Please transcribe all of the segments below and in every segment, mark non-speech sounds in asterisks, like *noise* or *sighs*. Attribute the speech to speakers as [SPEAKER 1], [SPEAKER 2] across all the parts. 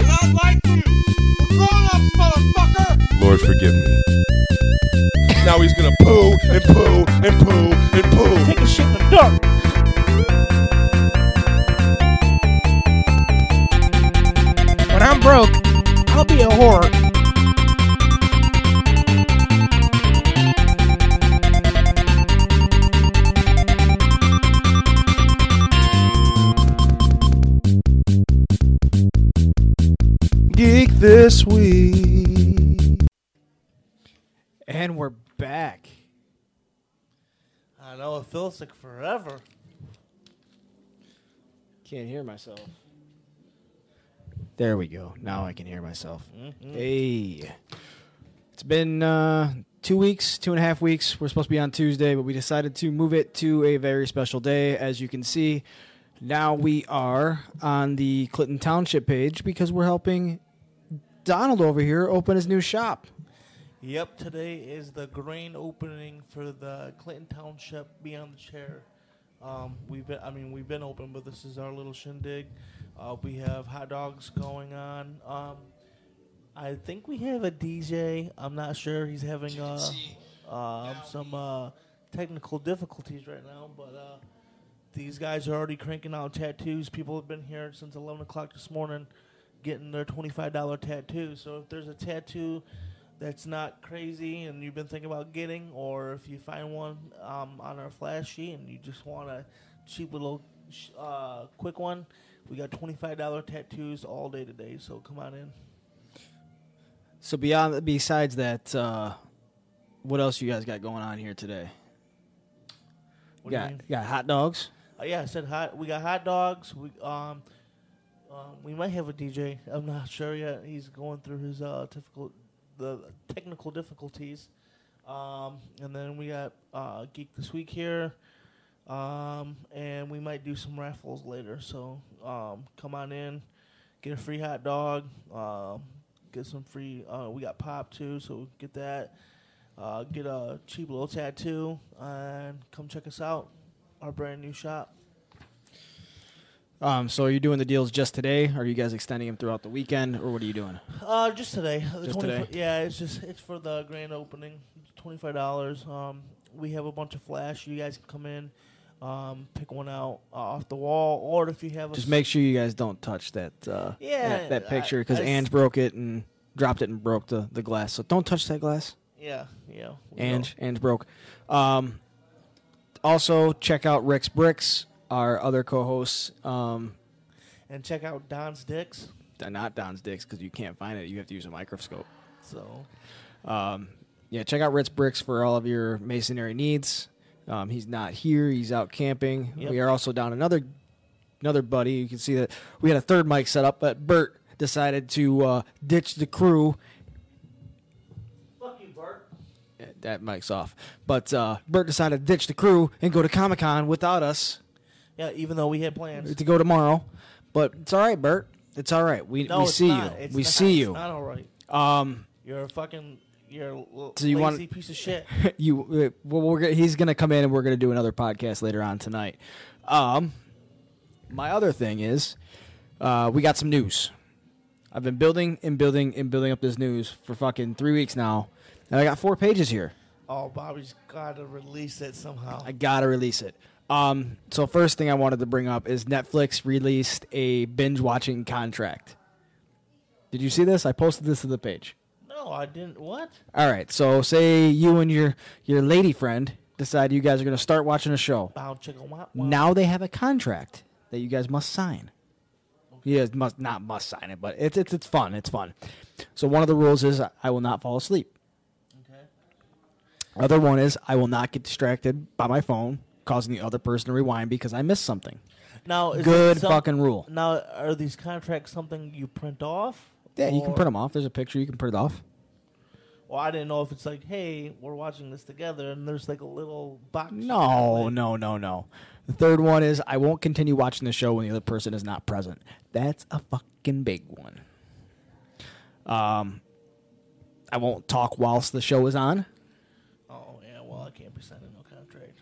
[SPEAKER 1] not like you. We're grown ups, motherfucker.
[SPEAKER 2] Lord, forgive me. now he's gonna poo and poo and poo and poo.
[SPEAKER 3] Take a shit in the dirt. When I'm broke, I'll be a whore.
[SPEAKER 2] Geek this week.
[SPEAKER 3] And we're back.
[SPEAKER 1] I know it feels like forever.
[SPEAKER 3] Can't hear myself. There we go. Now I can hear myself. Hey. It's been uh, two weeks, two and a half weeks. We're supposed to be on Tuesday, but we decided to move it to a very special day. As you can see, now we are on the Clinton Township page because we're helping Donald over here open his new shop.
[SPEAKER 1] Yep, today is the grand opening for the Clinton Township Beyond the Chair. Um, we've been, I mean, we've been open, but this is our little shindig. Uh, we have hot dogs going on. Um, I think we have a DJ. I'm not sure. He's having uh, um, some uh, technical difficulties right now, but uh, these guys are already cranking out tattoos. People have been here since 11 o'clock this morning getting their $25 tattoos. So if there's a tattoo that's not crazy and you've been thinking about getting, or if you find one um, on our flash sheet and you just want a cheap little sh- uh, quick one, we got $25 tattoos all day today. So come on in.
[SPEAKER 3] So beyond besides that, uh, what else you guys got going on here today?
[SPEAKER 1] What do you
[SPEAKER 3] got
[SPEAKER 1] mean?
[SPEAKER 3] got hot dogs.
[SPEAKER 1] Uh, yeah, I said hot. We got hot dogs. We um, um, we might have a DJ. I'm not sure yet. He's going through his uh difficult, the technical difficulties. Um, and then we got uh, geek this week here. Um, and we might do some raffles later. So um, come on in, get a free hot dog. Um, get some free. Uh, we got pop too, so get that. Uh, get a cheap little tattoo and come check us out. Our brand new shop.
[SPEAKER 3] Um, so are you doing the deals just today? Are you guys extending them throughout the weekend, or what are you doing?
[SPEAKER 1] Uh, just today. The
[SPEAKER 3] Just
[SPEAKER 1] 20
[SPEAKER 3] today.
[SPEAKER 1] Yeah, it's just it's for the grand opening. Twenty five dollars. Um, we have a bunch of flash. You guys can come in, um, pick one out uh, off the wall, or if you have a
[SPEAKER 3] Just make sure you guys don't touch that. Uh,
[SPEAKER 1] Yeah,
[SPEAKER 3] that, that
[SPEAKER 1] I-
[SPEAKER 3] picture because
[SPEAKER 1] I s-
[SPEAKER 3] Ange broke it and dropped it and broke the, the glass. So don't touch that glass.
[SPEAKER 1] yeah, yeah. we will.
[SPEAKER 3] Ange, Ange broke. Um, also check out Rex Bricks, our other co-hosts. Um,
[SPEAKER 1] and check out Don's Dicks.
[SPEAKER 3] not Don's dicks because you can't find it. You have to use a microscope.
[SPEAKER 1] So
[SPEAKER 3] Um, yeah, check out Ritz Bricks for all of your masonry needs. Um, he's not here; he's out camping.
[SPEAKER 1] Yep.
[SPEAKER 3] We are also down another another buddy. You can see that we had a third mic set up, but Bert decided to uh, ditch the crew.
[SPEAKER 1] fuck you, Bert.
[SPEAKER 3] Eh, That mic's off, but uh, Bert decided to ditch the crew and go to Comic Con without us
[SPEAKER 1] Yeah, even though we had plans.
[SPEAKER 3] to go tomorrow. But it's all right, Bert. It's all right. We,
[SPEAKER 1] No,
[SPEAKER 3] we
[SPEAKER 1] it's
[SPEAKER 3] see
[SPEAKER 1] not.
[SPEAKER 3] you.
[SPEAKER 1] It's
[SPEAKER 3] we
[SPEAKER 1] not.
[SPEAKER 3] see
[SPEAKER 1] It's
[SPEAKER 3] you.
[SPEAKER 1] not all right.
[SPEAKER 3] Um,
[SPEAKER 1] You're a fucking. You're a l-
[SPEAKER 3] So you
[SPEAKER 1] lazy
[SPEAKER 3] wanna-
[SPEAKER 1] piece
[SPEAKER 3] *laughs*
[SPEAKER 1] of shit.
[SPEAKER 3] you uh, well, we're gonna, he's gonna come in and we're gonna do another podcast later on tonight um my other thing is uh we got some news i've been building and building and building up this news for fucking three weeks now and i got four pages here
[SPEAKER 1] Oh, Bobby's gotta release it somehow.
[SPEAKER 3] i gotta release it um so first thing i wanted to bring up is netflix released a binge watching contract did you see this i posted this to the page
[SPEAKER 1] no, I didn't. What?
[SPEAKER 3] all right so say you and your your lady friend decide you guys are gonna start watching a show
[SPEAKER 1] Bow chicka wop. wop.
[SPEAKER 3] Now they have a contract that you guys must sign. You guys must not must sign it, but it's it's it's fun. It's fun. So one of the rules is I will not fall asleep.
[SPEAKER 1] Okay.
[SPEAKER 3] Other one is I will not get distracted by my phone, causing the other person to rewind because I missed something.
[SPEAKER 1] Now, is
[SPEAKER 3] Good
[SPEAKER 1] it some-
[SPEAKER 3] fucking rule.
[SPEAKER 1] Now, are these contracts something you print off?
[SPEAKER 3] Yeah, you can
[SPEAKER 1] Or-
[SPEAKER 3] print them off. There's a picture. You can print it off.
[SPEAKER 1] Well, I didn't know if it's like, hey, we're watching this together, and there's like a little box.
[SPEAKER 3] No, no, no, no. The third one is I won't continue watching the show when the other person is not present. That's a fucking big one. Um, I won't talk whilst the show is on.
[SPEAKER 1] Oh yeah, well I can't be signing no contract.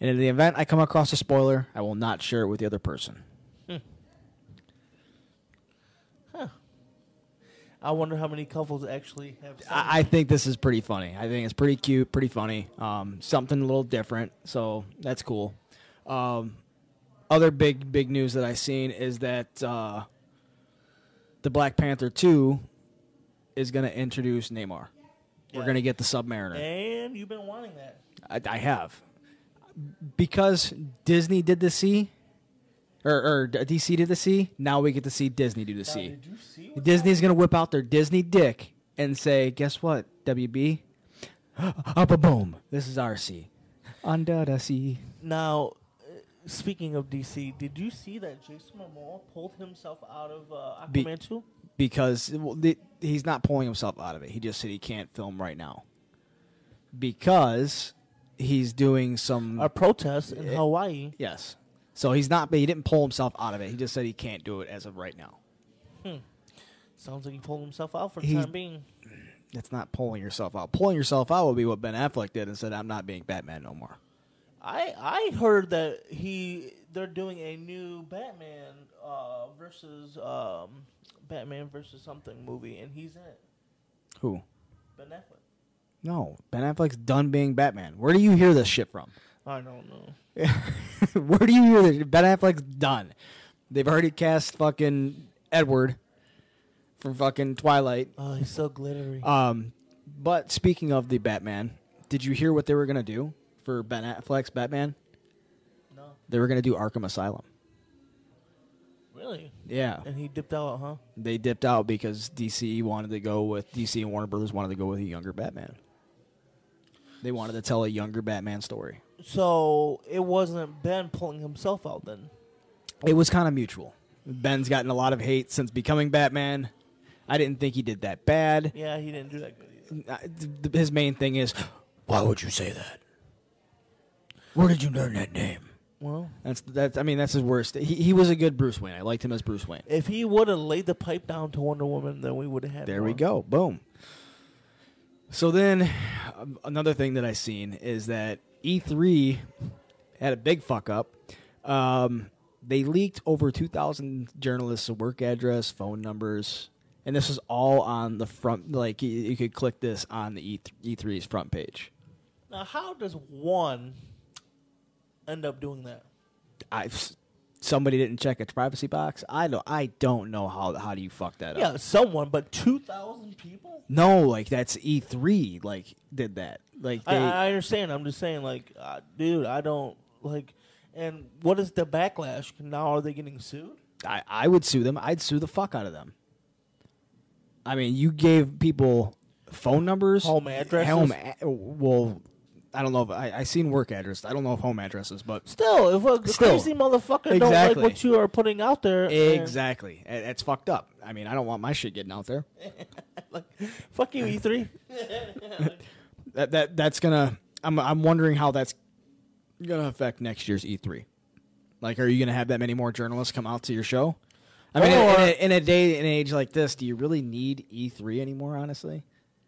[SPEAKER 3] And in the event I come across a spoiler, I will not share it with the other person.
[SPEAKER 1] I wonder how many couples actually have. sex.
[SPEAKER 3] I, I think this is pretty funny. I think it's pretty cute, pretty funny. Um, something a little different, so that's cool. Um, other big big news that I seen is that uh, the Black Panther two is going to introduce Neymar. We're
[SPEAKER 1] Yeah.
[SPEAKER 3] going to get the Submariner.
[SPEAKER 1] Damn, you've been wanting that.
[SPEAKER 3] I, I have because Disney did the C, or, or DC did the C. Now we get to see Disney do the
[SPEAKER 1] Now,
[SPEAKER 3] C.
[SPEAKER 1] did you see? what
[SPEAKER 3] Disney's gonna whip out their Disney dick and say, "Guess what, WB? *gasps* Up a boom. This is RC. Under the sea.
[SPEAKER 1] Now, uh, speaking of DC, did you see that Jason Momoa pulled himself out of uh,
[SPEAKER 3] Be-
[SPEAKER 1] Aquaman 2?
[SPEAKER 3] Because well, the, he's not pulling himself out of it. He just said he can't film right now because he's doing some.
[SPEAKER 1] A protest in Hawaii.
[SPEAKER 3] yes. So he's not. He didn't pull himself out of it. He just said he can't do it as of right now.
[SPEAKER 1] Sounds like he pulled himself out for the
[SPEAKER 3] He's-
[SPEAKER 1] time being.
[SPEAKER 3] It's not pulling yourself out. Pulling yourself out would be what Ben Affleck did and said, "I'm not being Batman no more."
[SPEAKER 1] I I heard that he they're doing a new Batman uh, versus um, Batman versus something movie, and he's in it.
[SPEAKER 3] Who?
[SPEAKER 1] Ben Affleck.
[SPEAKER 3] No, Ben Affleck's done being Batman. Where do you hear this shit from?
[SPEAKER 1] I don't know.
[SPEAKER 3] *laughs* Where do you hear this? Ben Affleck's done. They've already cast fucking Edward from fucking Twilight.
[SPEAKER 1] Oh, he's so glittery.
[SPEAKER 3] Um, but speaking of the Batman, did you hear what they were gonna do for Ben Affleck's Batman?
[SPEAKER 1] no,
[SPEAKER 3] They were gonna do Arkham Asylum.
[SPEAKER 1] really.
[SPEAKER 3] Yeah,
[SPEAKER 1] And he dipped out, huh?
[SPEAKER 3] they dipped out because DC wanted to go with DC and Warner Brothers wanted to go with a younger Batman. They wanted to tell a younger Batman story.
[SPEAKER 1] So it wasn't Ben pulling himself out then.
[SPEAKER 3] it was kind of mutual. Ben's gotten a lot of hate since becoming Batman. I didn't think he did that bad.
[SPEAKER 1] Yeah, he didn't do that good either.
[SPEAKER 3] Uh, th- th- His main thing is, why would you say that? Where did you learn that name?
[SPEAKER 1] Well,
[SPEAKER 3] That's that. I mean, that's his worst. He he was a good Bruce Wayne. I liked him as Bruce Wayne.
[SPEAKER 1] if he would have laid the pipe down to Wonder Woman, then we would have had.
[SPEAKER 3] There
[SPEAKER 1] more.
[SPEAKER 3] we go. Boom. So then, um, another thing that I seen is that E3 had a big fuck up. Um, they leaked over 2,000 journalists' work address, phone numbers, and this was all on the front. Like you, you could click this on the E E3, E3's front page.
[SPEAKER 1] Now, how does one end up doing that?
[SPEAKER 3] I somebody didn't check its privacy box. I don't. I don't know how. How do you fuck that up?
[SPEAKER 1] Yeah, someone, but two thousand people.
[SPEAKER 3] No, like that's E3. Like did that. Like
[SPEAKER 1] I,
[SPEAKER 3] they.
[SPEAKER 1] I understand. I'm just saying, like, uh, dude, I don't like. And what is the backlash? Now are they getting sued?
[SPEAKER 3] I, I would sue them. I'd sue the fuck out of them. I mean, you gave people phone numbers,
[SPEAKER 1] Home addresses?
[SPEAKER 3] home. A- well, I don't know. If, I I seen work address. I don't know if home addresses, but
[SPEAKER 1] Still, if a
[SPEAKER 3] Still.
[SPEAKER 1] crazy motherfucker don't like
[SPEAKER 3] Exactly.
[SPEAKER 1] what you are putting out there, then-
[SPEAKER 3] exactly, A- that's fucked up. I mean, I don't want my shit getting out there.
[SPEAKER 1] like, fuck you, E E3.
[SPEAKER 3] That that that's gonna. I'm I'm wondering how that's gonna affect next year's E3. Like, are you gonna have that many more journalists come out to your show? I mean, in
[SPEAKER 1] Or-
[SPEAKER 3] a, in a day and age like this, do you really need E3 anymore? Honestly,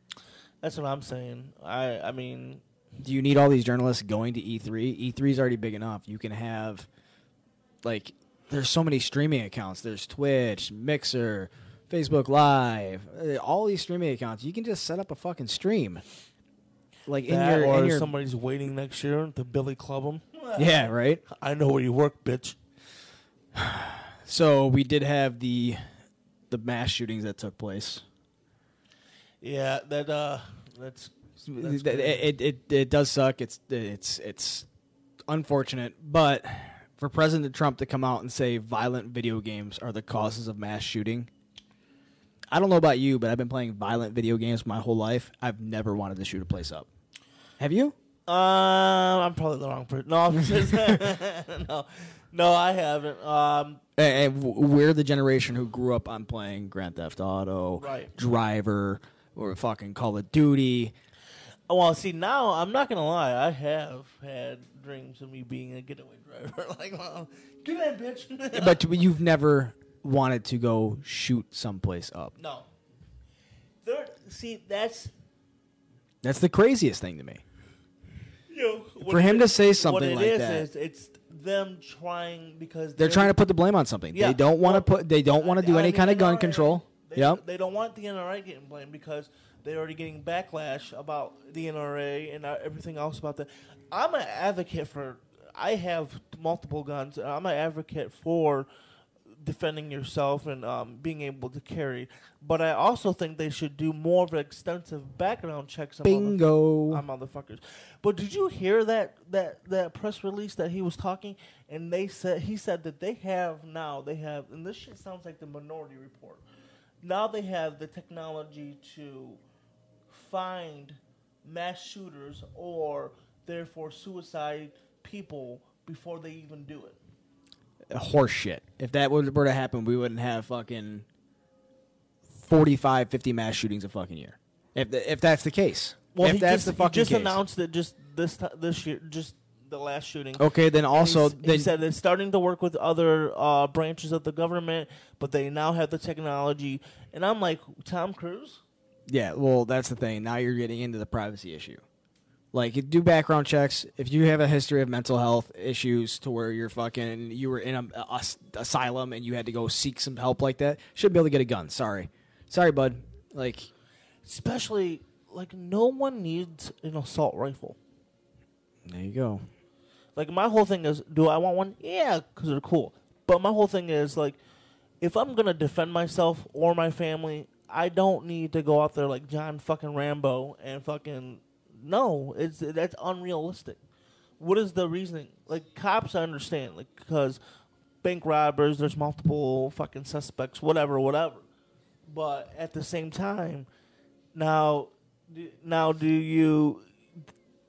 [SPEAKER 1] *laughs* That's what I'm saying. I, I mean,
[SPEAKER 3] do you need all these journalists going to E E3? E3 is already big enough. You can have like there's so many streaming accounts. There's Twitch, Mixer, Facebook Live, uh, all these streaming accounts. You can just set up a fucking stream. Like in
[SPEAKER 1] that
[SPEAKER 3] your,
[SPEAKER 1] or
[SPEAKER 3] in your
[SPEAKER 1] somebody's waiting next year to Billy Club him.
[SPEAKER 3] *laughs* yeah, right?
[SPEAKER 1] I know where you work, bitch.
[SPEAKER 3] So we did have the the mass shootings that took place.
[SPEAKER 1] Yeah, that uh, that's, that's
[SPEAKER 3] It, it, it, it does suck. It's it's it's unfortunate, but for President Trump to come out and say violent video games are the causes of mass shooting, I don't know about you, but I've been playing violent video games my whole life. I've never wanted to shoot a place up. Have you?
[SPEAKER 1] Um, I'm probably the wrong person. No, I'm just, *laughs* no, no, I haven't. Um,
[SPEAKER 3] And and w- we're the generation who grew up on playing Grand Theft Auto,
[SPEAKER 1] Right.
[SPEAKER 3] Driver, or fucking Call of Duty.
[SPEAKER 1] well, see, now I'm not gonna lie. I have had dreams of me being a getaway driver. *laughs* like, well, get in, bitch. *laughs*
[SPEAKER 3] But you've never wanted to go shoot someplace up.
[SPEAKER 1] no, there. See, that's
[SPEAKER 3] That's the craziest thing to me.
[SPEAKER 1] you. Know, what
[SPEAKER 3] For him
[SPEAKER 1] it-
[SPEAKER 3] to say
[SPEAKER 1] what
[SPEAKER 3] something
[SPEAKER 1] it
[SPEAKER 3] like
[SPEAKER 1] is,
[SPEAKER 3] that.
[SPEAKER 1] is it's them trying because
[SPEAKER 3] They're trying to put the blame on something.
[SPEAKER 1] Yeah.
[SPEAKER 3] They don't want
[SPEAKER 1] Well,
[SPEAKER 3] to put. They don't want to do
[SPEAKER 1] I
[SPEAKER 3] any
[SPEAKER 1] mean,
[SPEAKER 3] kind of
[SPEAKER 1] they
[SPEAKER 3] gun
[SPEAKER 1] already-
[SPEAKER 3] control.
[SPEAKER 1] They,
[SPEAKER 3] Yep.
[SPEAKER 1] they don't want the NRA getting blamed because they're already getting backlash about the NRA and uh, everything else about that. I'm an advocate for. I have multiple guns, and I'm an advocate for defending yourself and um, being able to carry. But I also think they should do more of an extensive background checks. on motherf-
[SPEAKER 3] Bingo.
[SPEAKER 1] on motherfuckers. But did you hear that that that press release that he was talking? And they said he said that they have now they have, and this shit sounds like the Minority Report. Now they have the technology to find mass shooters or therefore suicide people before they even do it.
[SPEAKER 3] horse shit. If that would- were to happen, we wouldn't have fucking 45, 50 mass shootings a fucking year. If, th- if that's the case.
[SPEAKER 1] Well,
[SPEAKER 3] if
[SPEAKER 1] he
[SPEAKER 3] that's
[SPEAKER 1] just,
[SPEAKER 3] the
[SPEAKER 1] he
[SPEAKER 3] fucking
[SPEAKER 1] just
[SPEAKER 3] case.
[SPEAKER 1] announced that just this ti this year, just the last shooting.
[SPEAKER 3] Okay, then also,
[SPEAKER 1] he, s- he
[SPEAKER 3] then,
[SPEAKER 1] said they're starting to work with other uh, branches of the government, but they now have the technology. And I'm like, Tom Cruise,
[SPEAKER 3] yeah, well, that's the thing. Now you're getting into the privacy issue. Like, you do background checks. If you have a history of mental health issues to where you're fucking, you were in an asylum and you had to go seek some help like that, should be able to get a gun. Sorry. Sorry, bud. Like,
[SPEAKER 1] especially like no one needs an assault rifle.
[SPEAKER 3] there you go.
[SPEAKER 1] Like my whole thing is, do I want one? Yeah, because they're cool. But my whole thing is like, if I'm gonna defend myself or my family, I don't need to go out there like John fucking Rambo and fucking no, it's that's unrealistic. What is the reasoning? Like cops, I understand, like because bank robbers, there's multiple fucking suspects, whatever, whatever. But at the same time, now, do- now do you?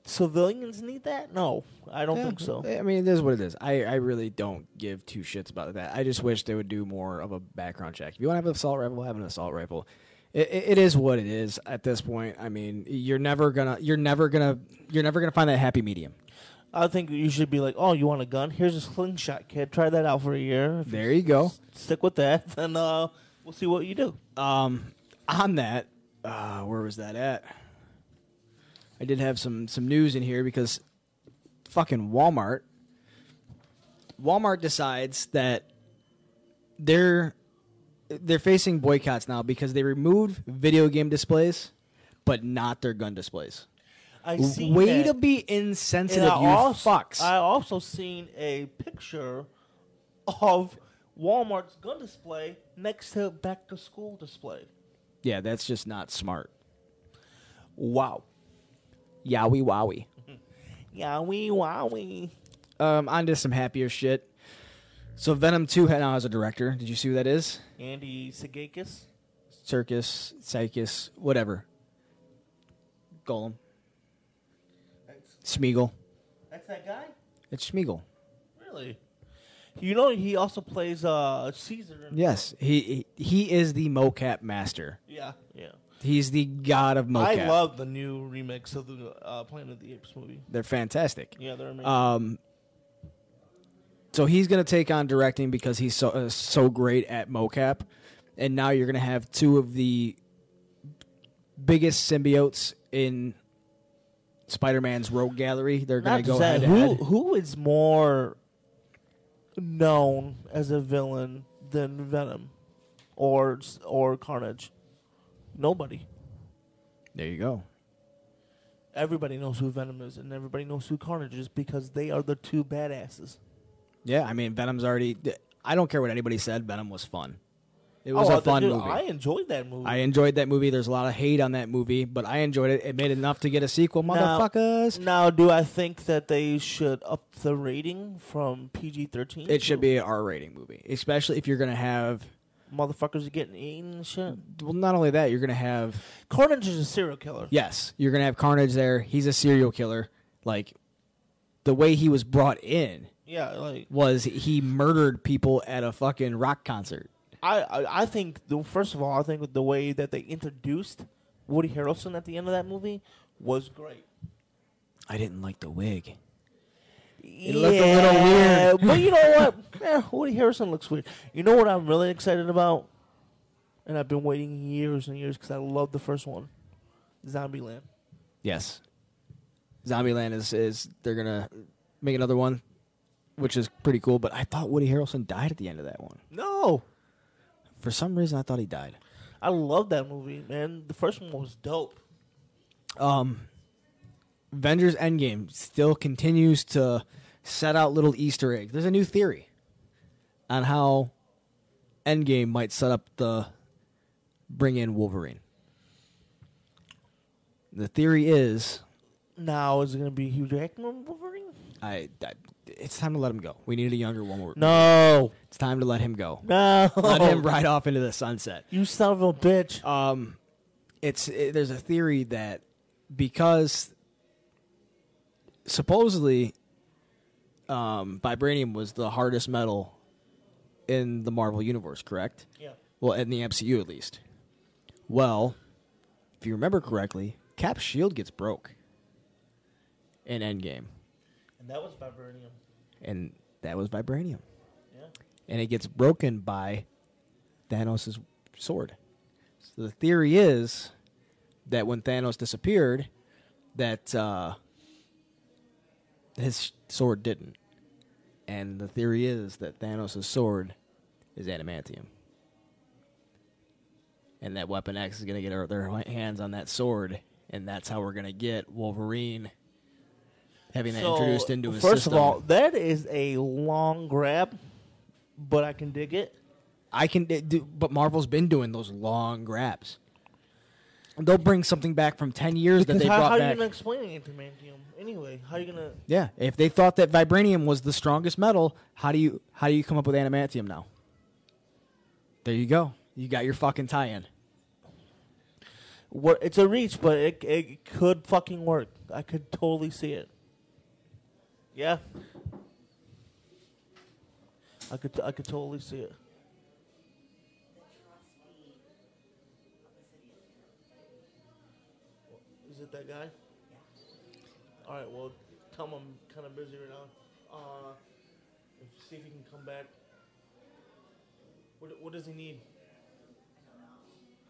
[SPEAKER 1] Civilians need that? No, I don't
[SPEAKER 3] Yeah,
[SPEAKER 1] think so.
[SPEAKER 3] I mean, it is what it is. I, I really don't give two shits about that. I just wish they would do more of a background check. If you want to have an assault rifle, have an assault rifle. It, it, it is what it is at this point. I mean, you're never gonna, you're never gonna, you're never gonna find that happy medium.
[SPEAKER 1] I think you should be like, oh, you want a gun? Here's a slingshot, kid. Try that out for a year. If you
[SPEAKER 3] There you go.
[SPEAKER 1] stick with that, *laughs* then uh, we'll see what you do.
[SPEAKER 3] Um, on that, uh, where was that at? I did have some some news in here because fucking Walmart. Walmart decides that they're they're facing boycotts now because they removed video game displays, but not their gun displays.
[SPEAKER 1] I see.
[SPEAKER 3] Way
[SPEAKER 1] that.
[SPEAKER 3] to be
[SPEAKER 1] And
[SPEAKER 3] insensitive,
[SPEAKER 1] I
[SPEAKER 3] you
[SPEAKER 1] also,
[SPEAKER 3] fucks!
[SPEAKER 1] I also seen a picture of Walmart's gun display next to back to school display.
[SPEAKER 3] yeah, that's just not smart.
[SPEAKER 1] Wow.
[SPEAKER 3] Yowie wowie.
[SPEAKER 1] Yowie wowie.
[SPEAKER 3] Um, on to some happier shit. So Venom Two now has a director. Did you see who that is?
[SPEAKER 1] Andy Segakis.
[SPEAKER 3] circus, psychus, whatever. Golem.
[SPEAKER 1] That's,
[SPEAKER 3] Smeagol.
[SPEAKER 1] that's that guy?
[SPEAKER 3] It's Smeagol.
[SPEAKER 1] Really? You know, he also plays uh, Caesar. in-
[SPEAKER 3] Yes, he he he is the mocap master.
[SPEAKER 1] Yeah. Yeah.
[SPEAKER 3] He's the god of mocap.
[SPEAKER 1] I love the new remix of the uh, Planet of the Apes movie.
[SPEAKER 3] They're fantastic.
[SPEAKER 1] Yeah, they're amazing.
[SPEAKER 3] Um. So he's gonna take on directing because he's so uh, so great at mocap, and now you're gonna have two of the biggest symbiotes in Spider-Man's Rogue Gallery. They're gonna
[SPEAKER 1] Not
[SPEAKER 3] go
[SPEAKER 1] just that,
[SPEAKER 3] head to
[SPEAKER 1] who
[SPEAKER 3] head.
[SPEAKER 1] who is more known as a villain than Venom or or Carnage? Nobody.
[SPEAKER 3] There you go.
[SPEAKER 1] Everybody knows who Venom is, and everybody knows who Carnage is because they are the two badasses.
[SPEAKER 3] Yeah, I mean, Venom's already. I don't care what anybody said. Venom was fun. It was
[SPEAKER 1] Oh,
[SPEAKER 3] a fun
[SPEAKER 1] dude,
[SPEAKER 3] movie.
[SPEAKER 1] I
[SPEAKER 3] I,
[SPEAKER 1] enjoyed that movie.
[SPEAKER 3] enjoyed that movie. There's a lot of hate on that movie, but I enjoyed it. It made enough to get a sequel,
[SPEAKER 1] Now-
[SPEAKER 3] motherfuckers.
[SPEAKER 1] now, do I think that they should up the rating from PG thirteen?
[SPEAKER 3] It should be an R-rating movie, especially if you're gonna have.
[SPEAKER 1] motherfuckers are getting eaten and shit.
[SPEAKER 3] Well, not only that, you're gonna have.
[SPEAKER 1] Carnage is a serial killer.
[SPEAKER 3] Yes, you're gonna have Carnage there. He's a serial killer. Like, the way he was brought in
[SPEAKER 1] Yeah, like
[SPEAKER 3] was he murdered people at a fucking rock concert.
[SPEAKER 1] I, I, I think the, first of all, I think the way that they introduced Woody Harrelson at the end of that movie was great.
[SPEAKER 3] I didn't like the wig.
[SPEAKER 1] It
[SPEAKER 3] looked a little weird.
[SPEAKER 1] but you know what? *laughs* Eh, Woody Harrelson looks weird. You know what I'm really excited about, and I've been waiting years and years because I love the first one, Zombieland.
[SPEAKER 3] Yes. Zombieland is is they're gonna make another one, which is pretty cool. But I thought Woody Harrelson died at the end of that one.
[SPEAKER 1] No,
[SPEAKER 3] For some reason, I thought he died.
[SPEAKER 1] I love that movie, man. The first one was dope.
[SPEAKER 3] um, Avengers Endgame still continues to set out little Easter eggs. There's a new theory on how Endgame might set up the bring in Wolverine. The theory is,
[SPEAKER 1] Now is it gonna be Hugh Jackman Wolverine?
[SPEAKER 3] I, I it's time to let him go. We needed a younger one.
[SPEAKER 1] No,
[SPEAKER 3] It's time to let him go.
[SPEAKER 1] no.
[SPEAKER 3] Let him ride off into the sunset.
[SPEAKER 1] You son of a bitch.
[SPEAKER 3] um, it's it, there's a theory that because supposedly um, vibranium was the hardest metal in the Marvel universe, correct?
[SPEAKER 1] Yeah.
[SPEAKER 3] Well, in the MCU at least. Well, if you remember correctly, Cap's shield gets broke in Endgame,
[SPEAKER 1] And that was vibranium.
[SPEAKER 3] and that was vibranium,
[SPEAKER 1] Yeah.
[SPEAKER 3] and it gets broken by Thanos' sword. So the theory is that when Thanos disappeared, that uh, his sword didn't, and the theory is that Thanos' sword is adamantium, and that Weapon X is going to get her- their hands on that sword, and that's how we're going to get Wolverine having that introduced into his
[SPEAKER 1] first
[SPEAKER 3] system.
[SPEAKER 1] of all, that is a long grab, but I can dig it.
[SPEAKER 3] I can, it- do, but Marvel's been doing those long grabs. They'll bring something back from ten years that
[SPEAKER 1] Because
[SPEAKER 3] they
[SPEAKER 1] how,
[SPEAKER 3] brought
[SPEAKER 1] how are you
[SPEAKER 3] back.
[SPEAKER 1] gonna explain it to Mantium anyway? How are you gonna?
[SPEAKER 3] yeah, if they thought that vibranium was the strongest metal, how do you how do you come up with adamantium now? There you go. You got your fucking tie-in.
[SPEAKER 1] What? It's a reach, but it it could fucking work. I could totally see it. Yeah. I could I could totally see it. Is it that guy? All right. Well, tell him I'm kind of busy right now. Uh, if, see if he can come back. What What does he need?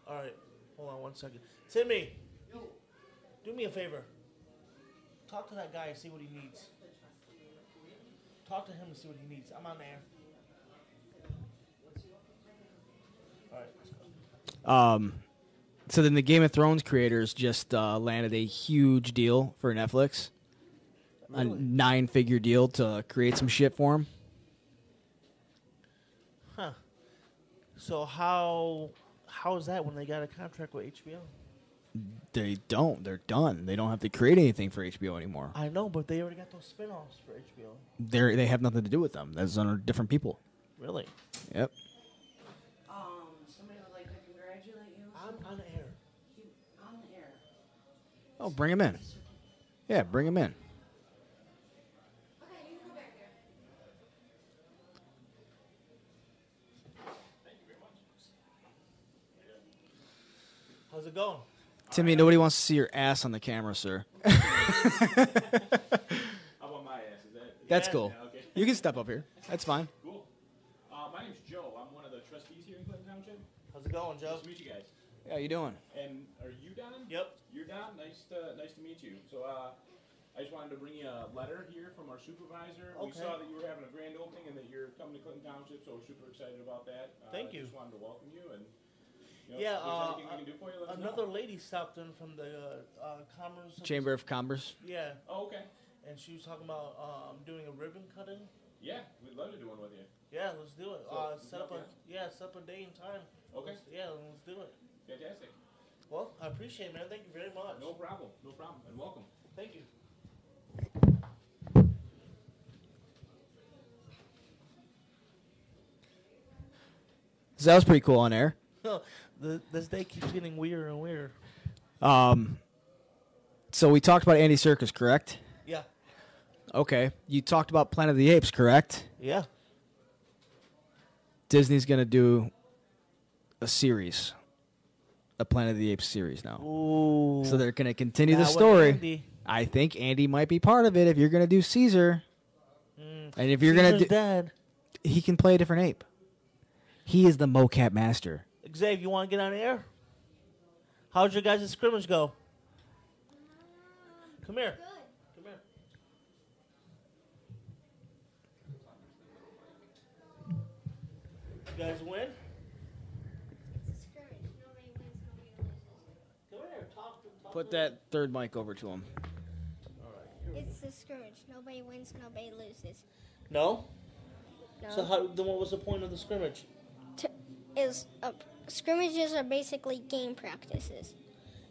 [SPEAKER 1] All right. Hold on one second. Timmy. Do me a favor. Talk to that guy and see what he needs. Talk to him and see what he needs. I'm on air. All right. Let's go.
[SPEAKER 3] Um, so then the Game of Thrones creators just uh, landed a huge deal for Netflix, a nine-figure deal to create some shit for them.
[SPEAKER 1] Huh. So how how is that when they got a contract with HBO?
[SPEAKER 3] They don't. They're done. They don't have to create anything for HBO anymore.
[SPEAKER 1] I know, but they already got those spin-offs for HBO.
[SPEAKER 3] They they have nothing to do with them. That's under different people.
[SPEAKER 1] Really?
[SPEAKER 3] Yep.
[SPEAKER 4] Um, somebody would like to congratulate you.
[SPEAKER 1] I'm on air.
[SPEAKER 4] You on the air.
[SPEAKER 3] Oh, bring him in. Yeah, bring him in.
[SPEAKER 1] How's it going?
[SPEAKER 3] Timmy, nobody wants to see your ass on the camera, sir.
[SPEAKER 5] How about my ass? Is that
[SPEAKER 3] That's
[SPEAKER 1] Yeah.
[SPEAKER 3] cool.
[SPEAKER 5] Yeah, okay.
[SPEAKER 3] You can step up here. That's fine.
[SPEAKER 5] cool? Uh, my name's Joe. I'm one of the trustees here in Clinton Township.
[SPEAKER 1] How's it going, Joe?
[SPEAKER 5] Nice to meet you guys.
[SPEAKER 3] How you doing?
[SPEAKER 5] And are you Don?
[SPEAKER 1] Yep.
[SPEAKER 5] You're Don. Nice to nice to meet you. So uh, I just wanted to bring you a letter here from our supervisor. We
[SPEAKER 1] Okay.
[SPEAKER 5] saw that you were having a grand opening and that you're coming to Clinton Township, so we're super excited about that. Uh,
[SPEAKER 1] Thank you.
[SPEAKER 5] Just wanted to welcome you and. You know,
[SPEAKER 1] Yeah,
[SPEAKER 5] If
[SPEAKER 1] uh,
[SPEAKER 5] there's anything we can do for you, let us know.
[SPEAKER 1] Another lady stopped in from the uh, uh, Commerce
[SPEAKER 3] Chamber of Commerce.
[SPEAKER 1] Yeah,
[SPEAKER 5] Oh, okay.
[SPEAKER 1] and she was talking about um, doing a ribbon cutting.
[SPEAKER 5] Yeah, we'd love to do one with you.
[SPEAKER 1] Yeah, let's do it.
[SPEAKER 5] So,
[SPEAKER 1] uh, set up a yeah,
[SPEAKER 5] yeah.
[SPEAKER 1] set up a day and time.
[SPEAKER 5] Okay.
[SPEAKER 1] Let's- yeah, let's do it.
[SPEAKER 5] Fantastic.
[SPEAKER 1] Well, I appreciate it, man. Thank you very much.
[SPEAKER 5] No problem. No problem. And welcome.
[SPEAKER 1] Thank you.
[SPEAKER 3] So that was pretty cool on air.
[SPEAKER 1] *laughs* the, this day keeps getting weirder and weirder.
[SPEAKER 3] Um, so we talked about Andy Circus, correct?
[SPEAKER 1] Yeah.
[SPEAKER 3] Okay. You talked about Planet of the Apes, correct?
[SPEAKER 1] Yeah.
[SPEAKER 3] Disney's gonna do a series, a Planet of the Apes series now.
[SPEAKER 1] Ooh.
[SPEAKER 3] So they're gonna continue the
[SPEAKER 1] Now with
[SPEAKER 3] story.
[SPEAKER 1] Andy.
[SPEAKER 3] I think Andy might be part of it. If you're gonna do Caesar,
[SPEAKER 1] Mm.
[SPEAKER 3] and if you're gonna
[SPEAKER 1] Caesar's
[SPEAKER 3] do,
[SPEAKER 1] dead.
[SPEAKER 3] he can play a different ape. He is the mocap master.
[SPEAKER 1] Xavier, you want to get on air? How'd your guys' scrimmage go? Come here. Come here. You guys win?
[SPEAKER 6] It's a scrimmage. Nobody
[SPEAKER 3] Put that third mic over to him.
[SPEAKER 6] It's a scrimmage. Nobody wins, nobody loses.
[SPEAKER 1] No.
[SPEAKER 6] No.
[SPEAKER 1] So how, then what was the point of the scrimmage?
[SPEAKER 6] T- is uh, scrimmages are basically game practices.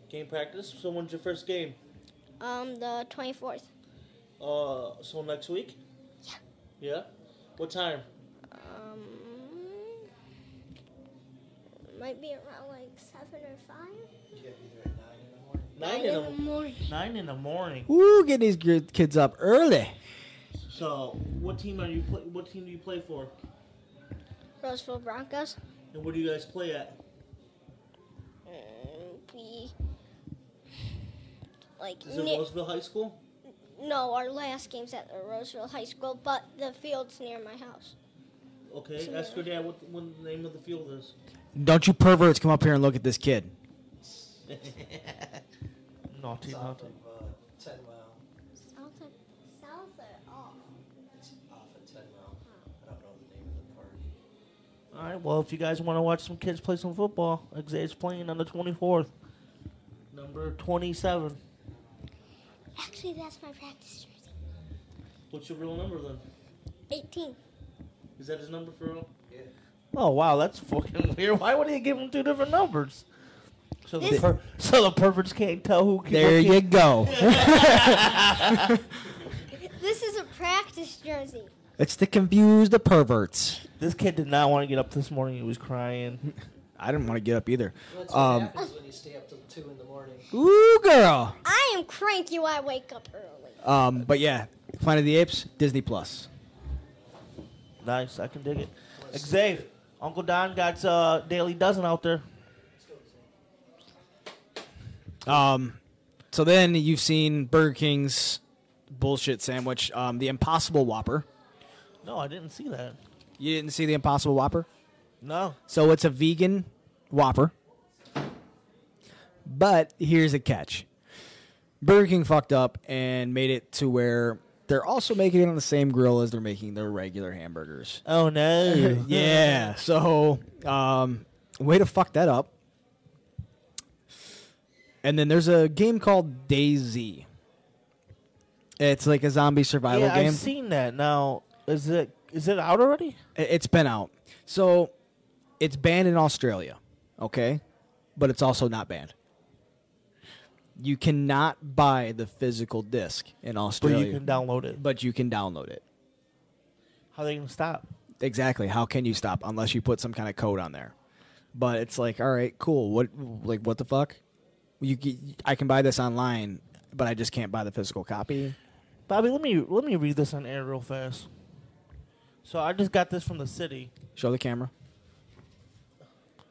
[SPEAKER 1] Game practice. So when's your first game?
[SPEAKER 6] Um, the 24th,
[SPEAKER 1] Uh, so next week. Yeah. Yeah. What time?
[SPEAKER 6] um, might be around like seven or five.
[SPEAKER 1] Nine in
[SPEAKER 6] the
[SPEAKER 1] the
[SPEAKER 6] morning.
[SPEAKER 1] nine in the morning.
[SPEAKER 3] Ooh, get these gr- kids up early.
[SPEAKER 1] So what team are you play? What team do you play for?
[SPEAKER 6] Roseville Broncos.
[SPEAKER 1] And where do you guys play at?
[SPEAKER 6] Mm, we like
[SPEAKER 1] Is it
[SPEAKER 6] ne-
[SPEAKER 1] Roseville High School?
[SPEAKER 6] no, our last game's at the Roseville High School, but the field's near my house.
[SPEAKER 1] Okay.
[SPEAKER 6] Sure.
[SPEAKER 1] Ask your dad what, what the name of the field is.
[SPEAKER 3] Don't you perverts come up here and look at this kid.
[SPEAKER 1] Naughty,
[SPEAKER 7] of
[SPEAKER 1] naughty.
[SPEAKER 7] uh, Ten Mile.
[SPEAKER 6] South or, south or off?
[SPEAKER 7] It's off of Ten Mile. I don't know the name of the park.
[SPEAKER 1] All right. Well, if you guys want to watch some kids play some football, Xavier's playing on the 24th. Number 27.
[SPEAKER 6] Actually, that's my practice jersey.
[SPEAKER 1] What's your real number then?
[SPEAKER 6] 18.
[SPEAKER 1] Is that his number for real?
[SPEAKER 7] Yeah.
[SPEAKER 1] Oh wow, that's fucking *laughs* weird. Why would he give him two different numbers? So the
[SPEAKER 6] This-
[SPEAKER 1] per- so the perverts can't tell who. can-
[SPEAKER 3] There
[SPEAKER 1] what
[SPEAKER 3] you
[SPEAKER 1] can-
[SPEAKER 3] go. *laughs*
[SPEAKER 6] *laughs* This is a practice jersey.
[SPEAKER 3] it's to confuse the perverts.
[SPEAKER 1] This kid did not want to get up this morning. He was crying.
[SPEAKER 3] I didn't want to get up either.
[SPEAKER 7] That's what
[SPEAKER 3] Um,
[SPEAKER 7] happens when you stay up till two in the morning.
[SPEAKER 3] Ooh, girl.
[SPEAKER 6] I am cranky when I wake up early.
[SPEAKER 3] Um, but yeah, Planet of the Apes, Disney Plus.
[SPEAKER 1] nice, I can dig it. Xav, Uncle Don got uh, Daily Dozen out there.
[SPEAKER 3] Um, so then you've seen Burger King's bullshit sandwich, um, the Impossible Whopper.
[SPEAKER 1] No, I didn't see that.
[SPEAKER 3] You didn't see the Impossible Whopper?
[SPEAKER 1] No.
[SPEAKER 3] So it's a vegan Whopper. But here's a catch Burger King fucked up and made it to where they're also making it on the same grill as they're making their regular hamburgers.
[SPEAKER 1] Oh no.
[SPEAKER 3] *laughs* yeah. *laughs* So, um, way to fuck that up. And then there's a game called Daisy. It's like a zombie survival
[SPEAKER 1] yeah,
[SPEAKER 3] game.
[SPEAKER 1] I've seen that. Now, is it is it out already?
[SPEAKER 3] I- It's been out. So it's banned in Australia, okay? But it's also not banned. You cannot buy the physical disc in
[SPEAKER 1] But
[SPEAKER 3] Australia,
[SPEAKER 1] you can download it.
[SPEAKER 3] but you can download it.
[SPEAKER 1] How they gonna stop?
[SPEAKER 3] Exactly. How can you stop unless you put some kind of code on there? But it's like, all right, cool. What like what the fuck? You c- I can buy this online, but I just can't buy the physical copy.
[SPEAKER 1] Bobby, let me let me read this on air real fast. So I just got this from the city.
[SPEAKER 3] Show the camera.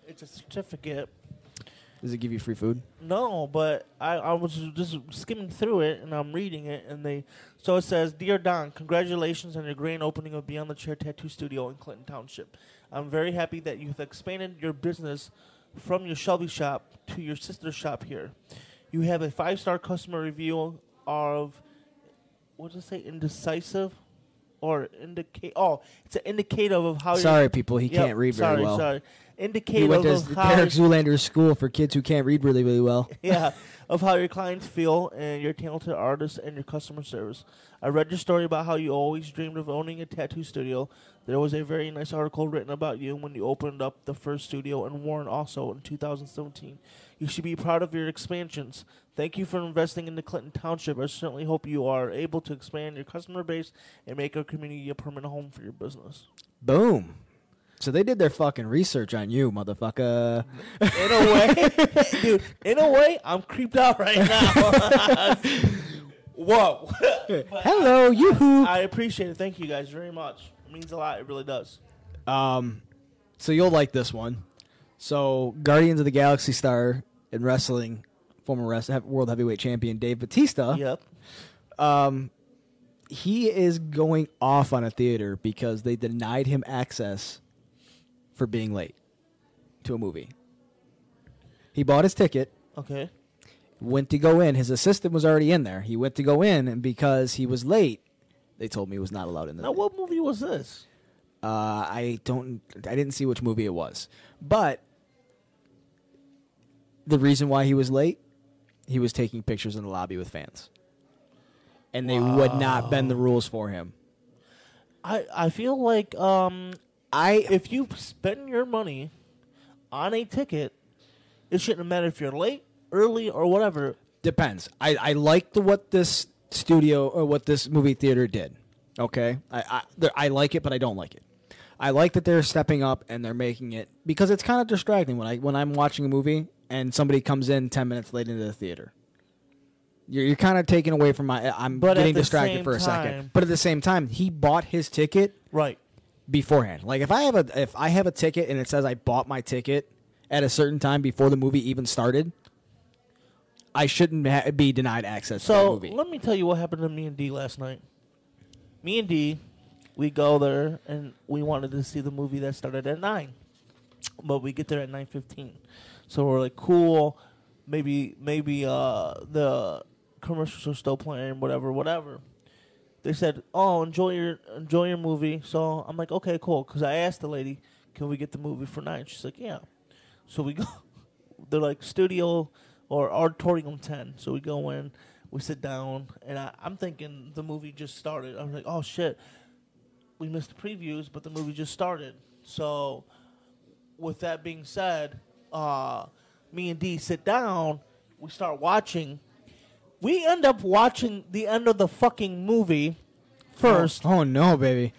[SPEAKER 1] It's a certificate
[SPEAKER 3] Does it give you free food?
[SPEAKER 1] No, but I, I was just skimming through it and I'm reading it and they so it says, Dear Don, congratulations on your grand opening of Beyond the Chair Tattoo Studio in Clinton Township. I'm very happy that you've expanded your business from your Shelby shop to your sister shop here. You have a five star customer review of what does it say, indecisive? Or indicate oh, it's an indicative of how
[SPEAKER 3] Sorry, people. He
[SPEAKER 1] Yep,
[SPEAKER 3] can't read very
[SPEAKER 1] sorry,
[SPEAKER 3] well.
[SPEAKER 1] Sorry.
[SPEAKER 3] He
[SPEAKER 1] Indicative
[SPEAKER 3] went to
[SPEAKER 1] of how
[SPEAKER 3] Derek Zoolander's school for kids who can't read really, really well.
[SPEAKER 1] *laughs* yeah, of how your clients feel and your talented artists and your customer service. I read your story about how you always dreamed of owning a tattoo studio. There was a very nice article written about you when you opened up the first studio in Warren also in 2017. You should be proud of your expansions. Thank you for investing into Clinton Township. I certainly hope you are able to expand your customer base and make our community a permanent home for your business.
[SPEAKER 3] Boom. So they did their fucking research on you, motherfucker. *laughs*
[SPEAKER 1] In a way, dude, in a way, I'm creeped out right now. *laughs* Whoa.
[SPEAKER 3] Hello, yoo-hoo.
[SPEAKER 1] I appreciate it. Thank you guys very much. It means a lot. It really does.
[SPEAKER 3] Um, so you'll like this one. So Guardians of the Galaxy star in wrestling, former wrest- he- world heavyweight champion Dave Batista.
[SPEAKER 1] Yep.
[SPEAKER 3] Um, he is going off on a theater because they denied him access for being late to a movie. He bought his ticket.
[SPEAKER 1] Okay.
[SPEAKER 3] went to go in. His assistant was already in there. He went to go in, and because he was late, they told me he was not allowed in the.
[SPEAKER 1] Now, what movie was this?
[SPEAKER 3] Uh, I don't. I didn't see which movie it was, but the reason why he was late he was taking pictures in the lobby with fans, and they would not bend the rules for him.
[SPEAKER 1] I I feel like um I if you spend your money on a ticket, it shouldn't matter if you're late, early, or whatever.
[SPEAKER 3] Depends. I I like the what this studio or what this movie theater did. Okay, I I, there, I like it, but I don't like it. I like that they're stepping up and they're making it because it's kind of distracting when I when I'm watching a movie and somebody comes in ten minutes late into the theater. You're, you're kind of taken away from my. I'm
[SPEAKER 1] But at
[SPEAKER 3] getting
[SPEAKER 1] the
[SPEAKER 3] distracted
[SPEAKER 1] same
[SPEAKER 3] for a
[SPEAKER 1] time-
[SPEAKER 3] second. But at the same time, he bought his ticket
[SPEAKER 1] Right.
[SPEAKER 3] beforehand. Like if I have a if I have a ticket and it says I bought my ticket at a certain time before the movie even started, I shouldn't ha- be denied access to the
[SPEAKER 1] So
[SPEAKER 3] movie.
[SPEAKER 1] let me tell you what happened to me and D last night. Me and D, we go there and we wanted to see the movie that started at nine, but we get there at nine fifteen. So we're like, cool, maybe maybe uh, the commercials are still playing, whatever, whatever. They said, oh, enjoy your enjoy your movie. So I'm like, okay, cool, because I asked the lady, can we get the movie for nine? She's like, yeah. So we go. *laughs* They're like studio or auditorium ten. So we go in, we sit down, and I, I'm thinking the movie just started. I'm like, oh shit, we missed the previews, but the movie just started. So, with that being said, uh, me and D sit down. We start watching. We end up watching the end of the fucking movie first
[SPEAKER 3] oh no, baby!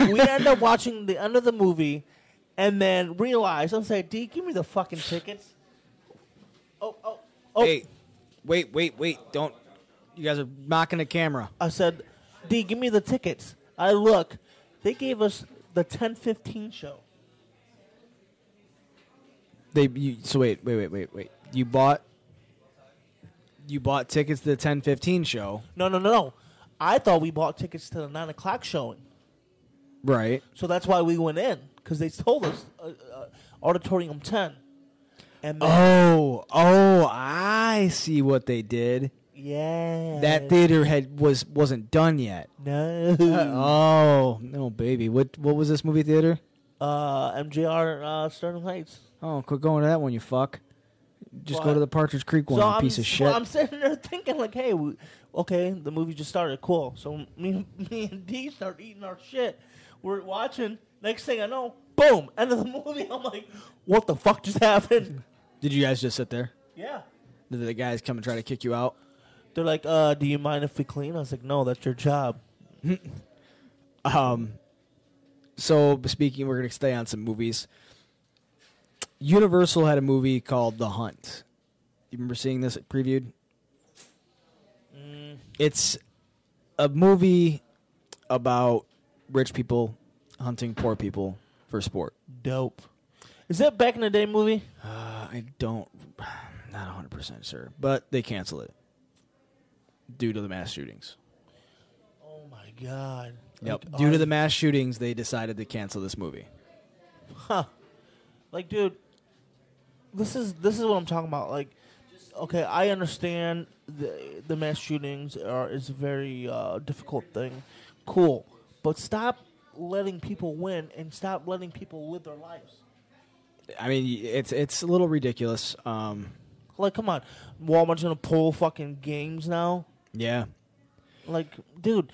[SPEAKER 1] we end up watching the end of the movie and then realize I'm saying, D, give me the fucking tickets. Oh, oh, oh.
[SPEAKER 3] Hey, wait, wait, wait! Don't you guys are mocking the camera?
[SPEAKER 1] I said, D, give me the tickets. I look. They gave us the 1015 show.
[SPEAKER 3] They you, so wait, wait, wait, wait, wait! You bought you bought tickets to the ten fifteen show,
[SPEAKER 1] No, no, no, no. I thought we bought tickets to the 9 o'clock showing.
[SPEAKER 3] right?
[SPEAKER 1] So that's why we went in, because they told us uh, uh, Auditorium 10. And then,
[SPEAKER 3] Oh, oh! I see what they did.
[SPEAKER 1] yeah.
[SPEAKER 3] That theater had was wasn't done yet.
[SPEAKER 1] No.
[SPEAKER 3] Oh no, baby! What what was this movie theater?
[SPEAKER 1] Uh, MJR uh, Sterling Heights.
[SPEAKER 3] Oh, quit going to that one, you fuck! Just go
[SPEAKER 1] What?
[SPEAKER 3] to the Partridge Creek one, you
[SPEAKER 1] I'm,
[SPEAKER 3] piece of shit.
[SPEAKER 1] Well, I'm sitting there thinking, like, hey, we, okay, the movie just started, cool. So me, me and *laughs* D start eating our shit. We're watching. Next thing I know, boom, end of the movie. *laughs* I'm like, what the fuck just happened?
[SPEAKER 3] Did you guys just sit there?
[SPEAKER 1] *laughs* yeah.
[SPEAKER 3] Did the guys come and try to kick you out?
[SPEAKER 1] They're like, uh, do you mind if we clean? I was like, no, that's your job.
[SPEAKER 3] Um, so speaking, we're gonna stay on some movies. Universal had a movie called The Hunt. You remember seeing this previewed?
[SPEAKER 1] Mm.
[SPEAKER 3] It's a movie about rich people hunting poor people for sport.
[SPEAKER 1] Dope. Is that back in the day movie?
[SPEAKER 3] Uh, I don't, *sighs* not 100% sure, but they canceled it due to the mass shootings.
[SPEAKER 1] Oh my god.
[SPEAKER 3] Yep.
[SPEAKER 1] Like,
[SPEAKER 3] due
[SPEAKER 1] are-
[SPEAKER 3] to the mass shootings, they decided to cancel this movie.
[SPEAKER 1] Huh. Like, dude, this is this is what I'm talking about. Like, okay, I understand the the mass shootings are is a very uh, difficult thing. Cool, but stop letting people win and stop letting people live their lives.
[SPEAKER 3] I mean, it's it's a little ridiculous. Um,
[SPEAKER 1] Like, come on, Walmart's gonna pull fucking games now.
[SPEAKER 3] yeah,
[SPEAKER 1] Like, dude,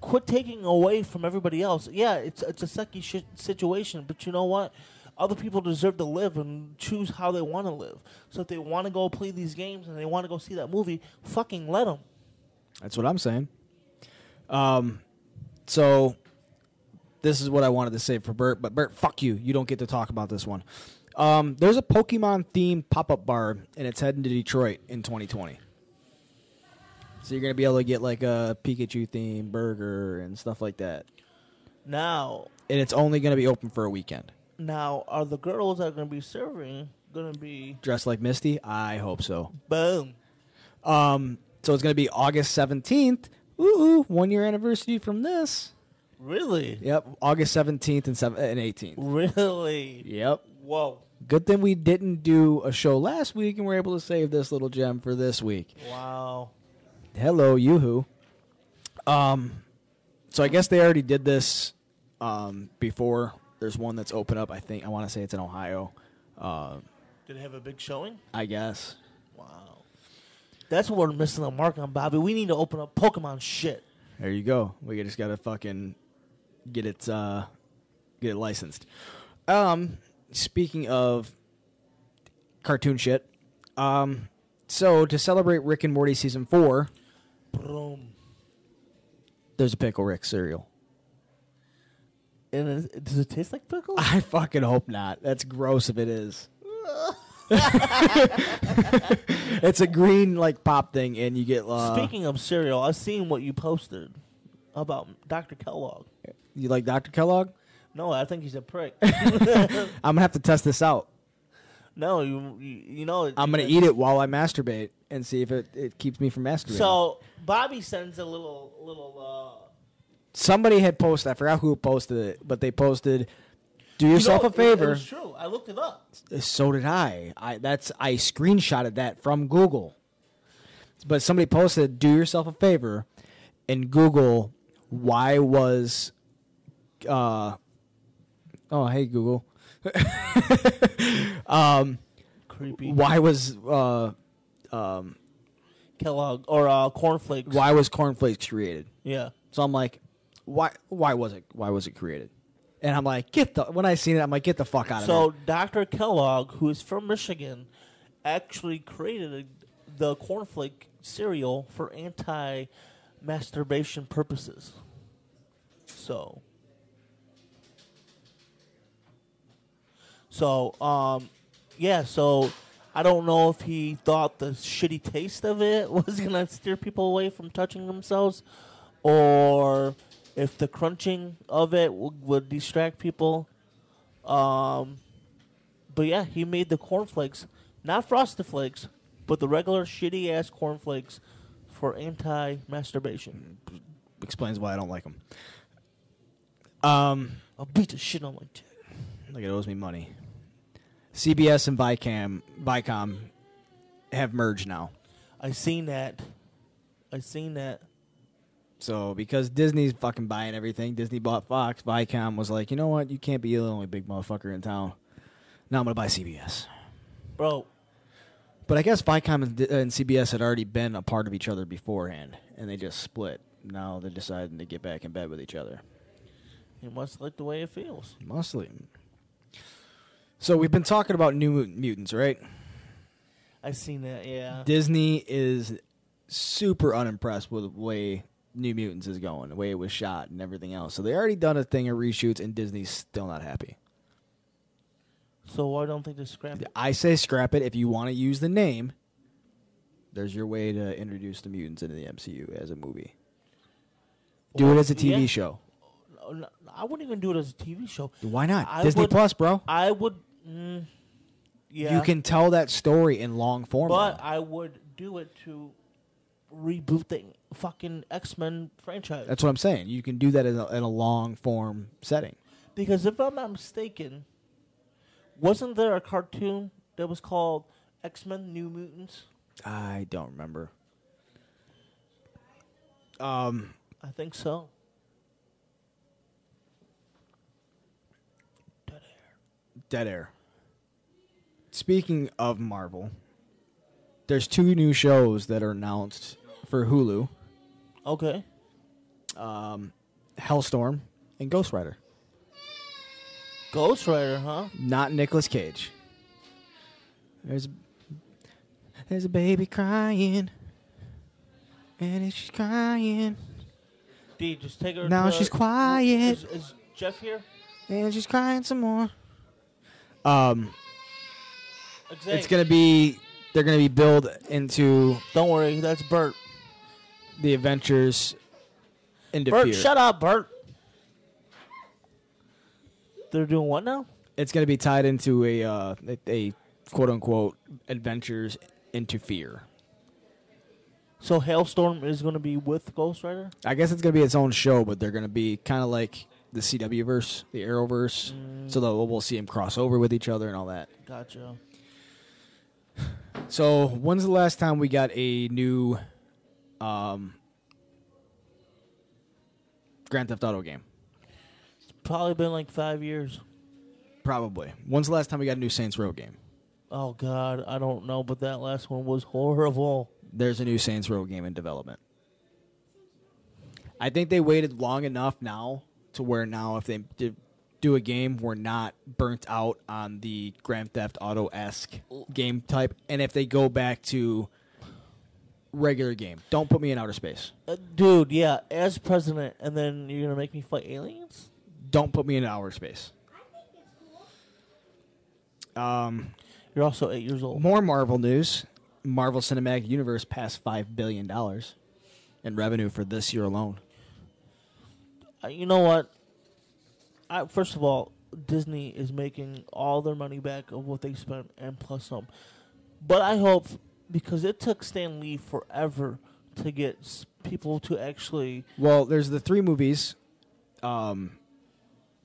[SPEAKER 1] quit taking away from everybody else. Yeah, it's it's a sucky shit situation, but you know what? Other people deserve to live and choose how they want to live. So if they want to go play these games and they want to go see that movie, fucking let them.
[SPEAKER 3] that's what I'm saying. Um, so this is what I wanted to say for Bert, but Bert, fuck you. You don't get to talk about this one. Um, there's a Pokemon themed pop up bar, and it's heading to Detroit in 2020. So you're gonna be able to get like a Pikachu themed burger and stuff like that,
[SPEAKER 1] Now,
[SPEAKER 3] and it's only gonna be open for a weekend.
[SPEAKER 1] now, are the girls that are gonna be serving gonna be
[SPEAKER 3] Dressed like Misty, I hope so.
[SPEAKER 1] boom?
[SPEAKER 3] Um, so it's going to be August 17th. Ooh, ooh, one year anniversary from this.
[SPEAKER 1] Really, *laughs*
[SPEAKER 3] Yep, August 17th and, sev- and 18th.
[SPEAKER 1] really?
[SPEAKER 3] Yep.
[SPEAKER 1] Whoa!
[SPEAKER 3] Good thing we didn't do a show last week and we're able to save this little gem for this week.
[SPEAKER 1] Wow!
[SPEAKER 3] Hello, Yoo-hoo. Um, so I guess they already did this um, before. There's one that's open up. I think I want to say it's in Ohio. Uh,
[SPEAKER 1] Did it have a big showing?
[SPEAKER 3] I guess.
[SPEAKER 1] Wow! That's what we're missing the mark on, Bobby. We need to open up Pokemon shit.
[SPEAKER 3] There you go. We just gotta fucking get it uh get it licensed. Um speaking of cartoon shit, um so to celebrate Rick and Morty season four,
[SPEAKER 1] Boom.
[SPEAKER 3] there's a pickle Rick cereal.
[SPEAKER 1] And is, does it taste like pickle? *laughs*
[SPEAKER 3] I fucking hope not. That's gross if it is. it's a green like pop thing and you get uh,
[SPEAKER 1] Speaking of cereal, I've seen what you posted about Dr. Kellogg.
[SPEAKER 3] you like Dr. Kellogg?
[SPEAKER 1] No, I think he's a *laughs* prick.
[SPEAKER 3] I'm gonna have to test this out.
[SPEAKER 1] no, you you, you know.
[SPEAKER 3] I'm gonna eat it while I masturbate and see if it, it keeps me from masturbating.
[SPEAKER 1] So Bobby sends a little little. Uh,
[SPEAKER 3] somebody had posted. I forgot who posted it, but they posted, "Do yourself
[SPEAKER 1] You
[SPEAKER 3] a
[SPEAKER 1] know, It, it
[SPEAKER 3] favor."
[SPEAKER 1] was true. I looked it up.
[SPEAKER 3] so did I. I that's I screenshotted that from Google. But somebody posted, "Do yourself a favor," and Google, "Why was, uh, oh hey Google,
[SPEAKER 1] Creepy.
[SPEAKER 3] why was uh,
[SPEAKER 1] Kellogg or uh, cornflakes.
[SPEAKER 3] why was cornflakes created?"
[SPEAKER 1] Yeah.
[SPEAKER 3] So I'm like, why why was it why was it created? And I'm like, get the when I seen it, I'm like, get the fuck out of
[SPEAKER 1] So
[SPEAKER 3] here.
[SPEAKER 1] Dr. Kellogg, who is from Michigan, actually created a, the cornflake cereal for anti-masturbation purposes. So. So, um, yeah, so I don't know if he thought the shitty taste of it *laughs* was going to steer people away from touching themselves or if the crunching of it w- would distract people. Um, but yeah, he made the cornflakes, not frosted flakes, but the regular shitty ass cornflakes for anti masturbation.
[SPEAKER 3] Mm-hmm. Explains why I don't like them. Um,
[SPEAKER 1] I'll beat the shit on my dick.
[SPEAKER 3] Like it owes me money. CBS and Viacom, Viacom have merged now.
[SPEAKER 1] I seen that. I seen that.
[SPEAKER 3] So because Disney's fucking buying everything, Disney bought Fox. Viacom was like, you know what? You can't be the only big motherfucker in town. Now I'm gonna buy CBS.
[SPEAKER 1] Bro,
[SPEAKER 3] But I guess Viacom and, Di- and CBS had already been a part of each other beforehand, and they just split. Now they're deciding to get back in bed with each other.
[SPEAKER 1] he must like the way it feels.
[SPEAKER 3] Mostly. So we've been talking about New Mut- Mutants, right?
[SPEAKER 1] I seen that, yeah.
[SPEAKER 3] Disney is super unimpressed with the way New Mutants is going, the way it was shot and everything else. So they already done a thing of reshoots, and Disney's still not happy.
[SPEAKER 1] so I don't think they scrapped it.
[SPEAKER 3] I say scrap it if you want to use the name. There's your way to introduce the mutants into the MCU as a movie. Do it as a TV
[SPEAKER 1] Yeah.
[SPEAKER 3] show.
[SPEAKER 1] Oh, No, no, I wouldn't even do it as a TV show.
[SPEAKER 3] Why not?
[SPEAKER 1] I
[SPEAKER 3] Disney
[SPEAKER 1] would-
[SPEAKER 3] Plus, bro.
[SPEAKER 1] I would. Mm, yeah.
[SPEAKER 3] You can tell that story in long form.
[SPEAKER 1] But
[SPEAKER 3] now.
[SPEAKER 1] I would do it to reboot the fucking X Men franchise.
[SPEAKER 3] That's what I'm saying. You can do that in a, in a long form setting.
[SPEAKER 1] Because if I'm not mistaken, wasn't there a cartoon that was called X Men New Mutants?
[SPEAKER 3] I don't remember.
[SPEAKER 1] I think so. Dead air.
[SPEAKER 3] Dead Air. Speaking of Marvel, there's two new shows that are announced for Hulu:
[SPEAKER 1] Okay.
[SPEAKER 3] Hellstorm and Ghost Rider.
[SPEAKER 1] Ghost Rider, huh?
[SPEAKER 3] Not Nicolas Cage. There's there's a baby crying, and if she's crying,
[SPEAKER 1] D, just take her.
[SPEAKER 3] Now
[SPEAKER 1] to-
[SPEAKER 3] she's quiet.
[SPEAKER 1] Is, is Jeff here?
[SPEAKER 3] and she's crying some more. Um,
[SPEAKER 1] Xavier.
[SPEAKER 3] it's gonna be they're gonna be billed into
[SPEAKER 1] Don't worry, that's Bert.
[SPEAKER 3] the Adventures into
[SPEAKER 1] Bert,
[SPEAKER 3] Fear.
[SPEAKER 1] shut up, Bert. They're doing what now?
[SPEAKER 3] it's going to be tied into a uh, a- a quote unquote adventures into fear.
[SPEAKER 1] So Hailstorm is going to be with Ghost Rider.
[SPEAKER 3] I guess it's going to be its own show, but they're going to be kind of like the CW verse, the Arrowverse, so that we'll we'll see them cross over with each other and all that.
[SPEAKER 1] Gotcha.
[SPEAKER 3] So when's the last time we got a new um, Grand Theft Auto game?
[SPEAKER 1] Probably been like five years.
[SPEAKER 3] Probably. When's the last time we got a new Saints Row game?
[SPEAKER 1] Oh God, I don't know, but that last one was horrible.
[SPEAKER 3] there's a new Saints Row game in development. I think they waited long enough now to where now if they did do a game, we're not burnt out on the Grand Theft Auto esque game type, and if they go back to regular game, don't put me in outer space.
[SPEAKER 1] Uh, dude, yeah, as president, and then you're gonna make me fight aliens?
[SPEAKER 3] Don't put me in outer space. Um,
[SPEAKER 1] You're also eight years old.
[SPEAKER 3] More Marvel news. Marvel Cinematic Universe passed $5 billion in revenue for this year alone.
[SPEAKER 1] Uh, you know what? I, first of all, Disney is making all their money back of what they spent and plus some. But I hope because it took Stan Lee forever to get s- people to actually.
[SPEAKER 3] Well, there's the three movies. Um,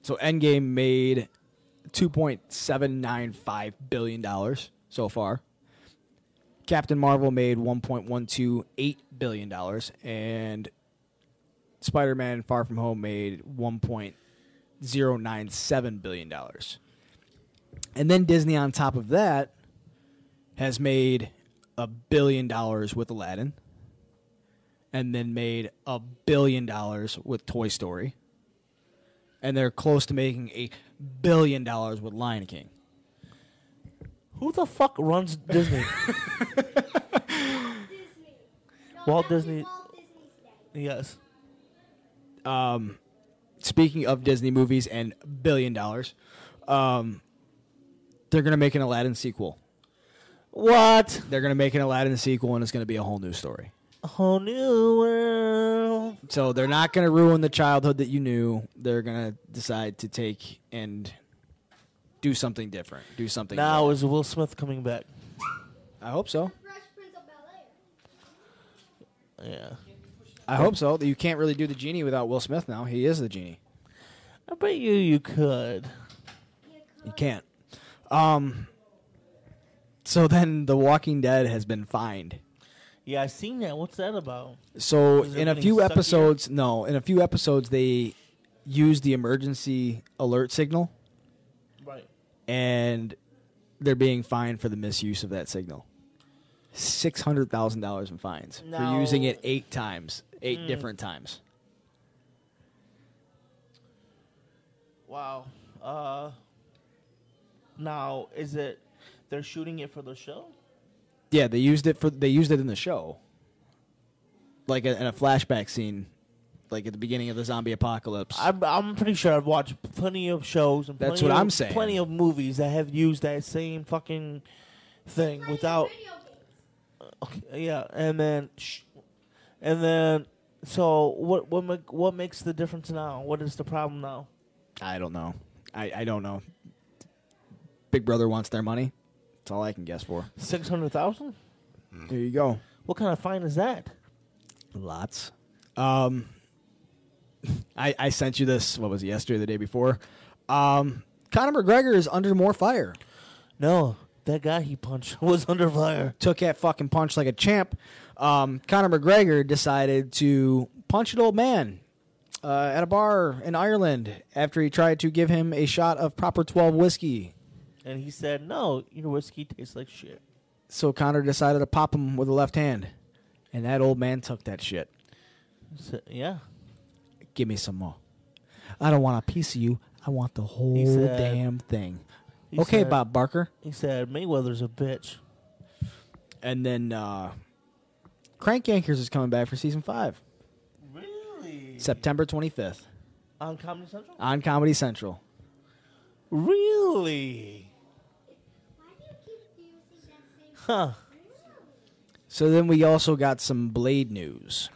[SPEAKER 3] so Endgame made $2.795 billion so far. Captain Marvel made $1.128 billion. And Spider Man Far From Home made $1.097 billion. And then Disney, on top of that, has made a billion dollars with Aladdin and then made a billion dollars with Toy Story. And they're close to making a billion dollars with Lion King.
[SPEAKER 1] Who the fuck runs Disney? Walt Disney. yes.
[SPEAKER 3] Um, speaking of Disney movies and billion dollars, um, they're going to make an Aladdin sequel.
[SPEAKER 1] What?
[SPEAKER 3] They're going to make an Aladdin sequel, and it's going to be a whole new story.
[SPEAKER 1] A whole new world.
[SPEAKER 3] So they're not going to ruin the childhood that you knew. They're going to decide to take and do something different. Do something.
[SPEAKER 1] Now
[SPEAKER 3] new.
[SPEAKER 1] is Will Smith coming back?
[SPEAKER 3] I hope so.
[SPEAKER 1] Yeah.
[SPEAKER 3] I hope so. You can't really do the genie without Will Smith now. He is the genie.
[SPEAKER 1] I bet you you could.
[SPEAKER 3] You can't. Um. So then, The Walking Dead has been fined.
[SPEAKER 1] Yeah, I seen that. What's that about?
[SPEAKER 3] So
[SPEAKER 1] Is it
[SPEAKER 3] in a
[SPEAKER 1] getting
[SPEAKER 3] few
[SPEAKER 1] suckier?
[SPEAKER 3] episodes, no, in a few episodes they use the emergency alert signal,
[SPEAKER 1] Right.
[SPEAKER 3] and they're being fined for the misuse of that signal. Six hundred thousand dollars in fines for
[SPEAKER 1] No. Hmm.
[SPEAKER 3] using it eight times, eight different times.
[SPEAKER 1] Wow. Uh. Now is it? They're shooting it for the show.
[SPEAKER 3] Yeah, they used it for they used it in the show, like a, in a flashback scene, like at the beginning of the zombie apocalypse.
[SPEAKER 1] I'm I'm pretty sure I've watched plenty of shows and
[SPEAKER 3] That's
[SPEAKER 1] plenty
[SPEAKER 3] what
[SPEAKER 1] of-
[SPEAKER 3] I'm saying.
[SPEAKER 1] Plenty of movies that have used that same fucking thing without. Okay, yeah, and then, sh- and then, so what? What? Make, what makes the difference now? What is the problem now?
[SPEAKER 3] I don't know. I, I don't know. Big Brother wants their money. That's all I can guess for.
[SPEAKER 1] Six hundred thousand?
[SPEAKER 3] There you go.
[SPEAKER 1] What kind of fine is that?
[SPEAKER 3] Lots. Um, *laughs* I I sent you this. What was it yesterday? or The day before. Um, Conor McGregor is under more fire.
[SPEAKER 1] No, that guy he punched *laughs* was under fire.
[SPEAKER 3] Took that fucking punch like a champ. Um, Conor McGregor decided to punch an old man uh, at a bar in Ireland after he tried to give him a shot of proper twelve whiskey.
[SPEAKER 1] And he said, "No, your whiskey tastes like shit."
[SPEAKER 3] So Connor decided to pop him with a left hand. And that old man took that shit.
[SPEAKER 1] I said, yeah.
[SPEAKER 3] Give me some more. I don't want a piece of you. I want the whole
[SPEAKER 1] said-
[SPEAKER 3] damn thing.
[SPEAKER 1] He
[SPEAKER 3] Okay,
[SPEAKER 1] said-
[SPEAKER 3] Bob Barker.
[SPEAKER 1] He said, "Mayweather's a bitch."
[SPEAKER 3] And then uh, Crank Yankers is coming back for season five,
[SPEAKER 1] Really?
[SPEAKER 3] September 25th
[SPEAKER 1] On Comedy Central?
[SPEAKER 3] on Comedy Central.
[SPEAKER 1] Really? Huh?
[SPEAKER 3] So then we also got some Blade news.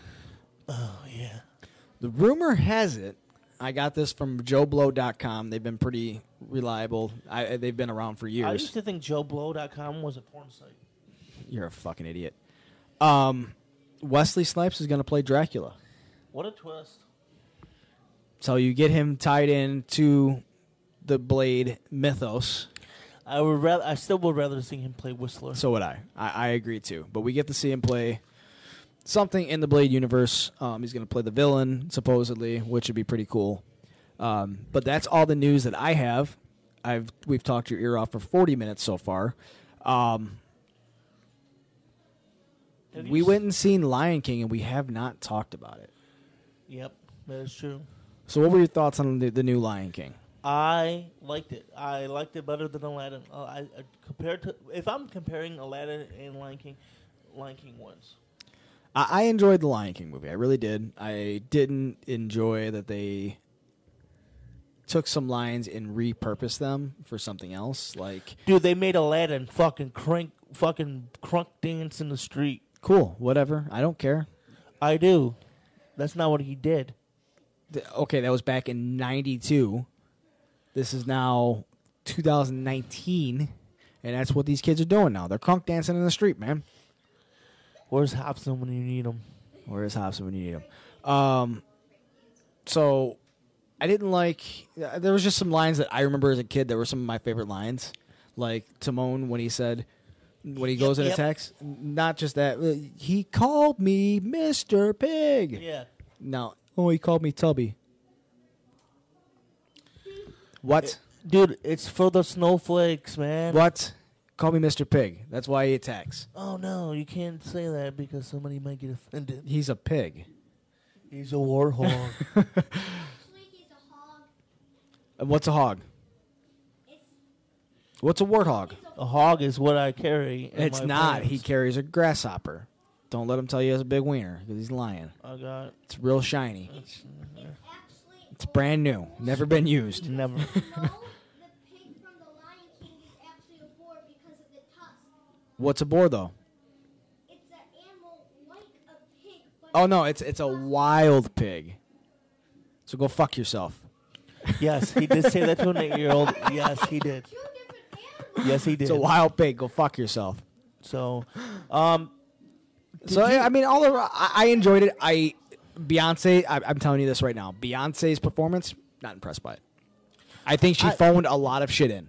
[SPEAKER 1] Oh yeah.
[SPEAKER 3] The rumor has it, I got this from JoeBlow.com. They've been pretty reliable. I, they've been around for years.
[SPEAKER 1] I used to think JoeBlow.com was a porn site.
[SPEAKER 3] You're a fucking idiot. Um, Wesley Snipes is going to play Dracula.
[SPEAKER 1] What a twist!
[SPEAKER 3] So you get him tied in to the Blade mythos.
[SPEAKER 1] I would rather. I still would rather see him play Whistler.
[SPEAKER 3] So would I. I, I agree too. But we get to see him play something in the Blade universe. Um, he's going to play the villain, supposedly, which would be pretty cool. Um, but that's all the news that I have. I've we've talked your ear off for 40 minutes so far. Um,
[SPEAKER 1] Have you
[SPEAKER 3] We
[SPEAKER 1] s-
[SPEAKER 3] went and seen Lion King, and we have not talked about it.
[SPEAKER 1] Yep, that's true.
[SPEAKER 3] So, what were your thoughts on the, the new Lion King?
[SPEAKER 1] I liked it. I liked it better than Aladdin. Uh, I, I compared to if I'm comparing Aladdin and Lion King, Lion King wins.
[SPEAKER 3] I, I enjoyed the Lion King movie. I really did. I didn't enjoy that they took some lines and repurposed them for something else. Like,
[SPEAKER 1] Dude, they made Aladdin fucking crank, fucking crunk dance in the street.
[SPEAKER 3] cool, whatever. I don't care.
[SPEAKER 1] I do. That's not what he did.
[SPEAKER 3] Th- Okay, that was back in '92. This is now 2019, and that's what these kids are doing now. They're crunk dancing in the street, man.
[SPEAKER 1] Where's Hobson when you need him?
[SPEAKER 3] Where is Hobson when you need him? Um, so I didn't like. uh, There was just some lines that I remember as a kid that were some of my favorite lines, like Timon when he said, when he goes and
[SPEAKER 1] Yep.
[SPEAKER 3] attacks. Not just that. uh, He called me Mister Pig.
[SPEAKER 1] Yeah.
[SPEAKER 3] No. Oh, he called me Tubby. What?
[SPEAKER 1] Dude, it's for the snowflakes, man.
[SPEAKER 3] What? Call me Mr. Pig. That's why he attacks.
[SPEAKER 1] Oh no, you can't say that because somebody might get
[SPEAKER 3] *laughs*
[SPEAKER 1] offended.
[SPEAKER 3] He's a pig.
[SPEAKER 1] He's a war hog.
[SPEAKER 6] Actually, he's a hog.
[SPEAKER 3] And What's a hog? What's a warthog?
[SPEAKER 1] a hog is what I carry. in
[SPEAKER 3] It's
[SPEAKER 1] my
[SPEAKER 3] not. He
[SPEAKER 1] plans.
[SPEAKER 3] carries a grasshopper. Don't let him tell you it's a big wiener because he's lying.
[SPEAKER 1] I got
[SPEAKER 3] It's real shiny.
[SPEAKER 1] it's *laughs*
[SPEAKER 6] Actually,
[SPEAKER 3] It's brand new. Never been used.
[SPEAKER 1] never.
[SPEAKER 6] no, the pig from the Lion King is actually a boar because of the tusk.
[SPEAKER 3] *laughs* What's a boar though?
[SPEAKER 6] It's an animal like a pig, but
[SPEAKER 3] Oh no, it's it's a wild pig. So go fuck yourself.
[SPEAKER 1] yes, he did say that to an eight-year-old. Yes, he did.
[SPEAKER 6] two
[SPEAKER 1] *laughs*
[SPEAKER 6] different animals.
[SPEAKER 1] Yes, he did.
[SPEAKER 3] It's a wild pig. Go fuck yourself.
[SPEAKER 1] So, um,
[SPEAKER 3] So I I mean, all over, I, I enjoyed it. I Beyonce. I, I'm telling you this right now. Beyonce's performance. Not impressed by it. I think she
[SPEAKER 1] I-
[SPEAKER 3] phoned a lot of shit in.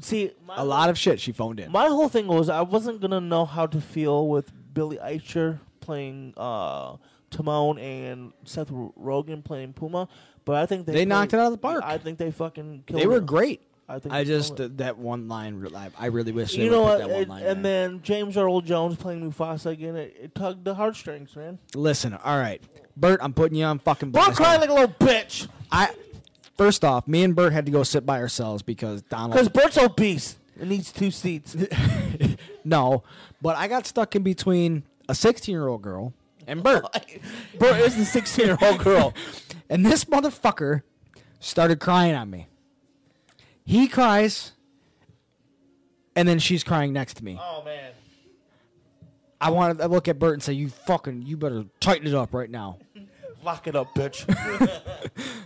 [SPEAKER 1] see, my,
[SPEAKER 3] A lot of shit she phoned in.
[SPEAKER 1] My whole thing was I wasn't gonna know how to feel with Billy Eicher playing uh, Timon and Seth R- Rogen playing Puma, but I think they
[SPEAKER 3] They knocked it out of the park.
[SPEAKER 1] I think they fucking killed
[SPEAKER 3] They were
[SPEAKER 1] it.
[SPEAKER 3] great.
[SPEAKER 1] I think
[SPEAKER 3] I
[SPEAKER 1] they
[SPEAKER 3] just
[SPEAKER 1] killed it.
[SPEAKER 3] th- that one line. re- I, I really wish they
[SPEAKER 1] you
[SPEAKER 3] would
[SPEAKER 1] know
[SPEAKER 3] put
[SPEAKER 1] what?
[SPEAKER 3] that one
[SPEAKER 1] It-
[SPEAKER 3] line. in
[SPEAKER 1] and
[SPEAKER 3] there.
[SPEAKER 1] then James Earl Jones playing Mufasa again. It, it tugged the heartstrings, man.
[SPEAKER 3] listen, all right, Bert, I'm putting you on fucking
[SPEAKER 1] Don't
[SPEAKER 3] blast.
[SPEAKER 1] cry like a little bitch,
[SPEAKER 3] I first off, me and Bert had to go sit by ourselves because
[SPEAKER 1] because
[SPEAKER 3] Donald.
[SPEAKER 1] Bert's obese and needs
[SPEAKER 3] *laughs*
[SPEAKER 1] two seats.
[SPEAKER 3] no, but I got stuck in between a 16 year old girl and
[SPEAKER 1] *laughs*
[SPEAKER 3] Bert.
[SPEAKER 1] Bert is the sixteen-year-old girl.
[SPEAKER 3] *laughs* And this motherfucker started crying on me. He cries, and then she's crying next to me.
[SPEAKER 1] Oh man.
[SPEAKER 3] I wanted to look at Bert and say, "You fucking, you better tighten it up right now."
[SPEAKER 1] Lock it up, bitch.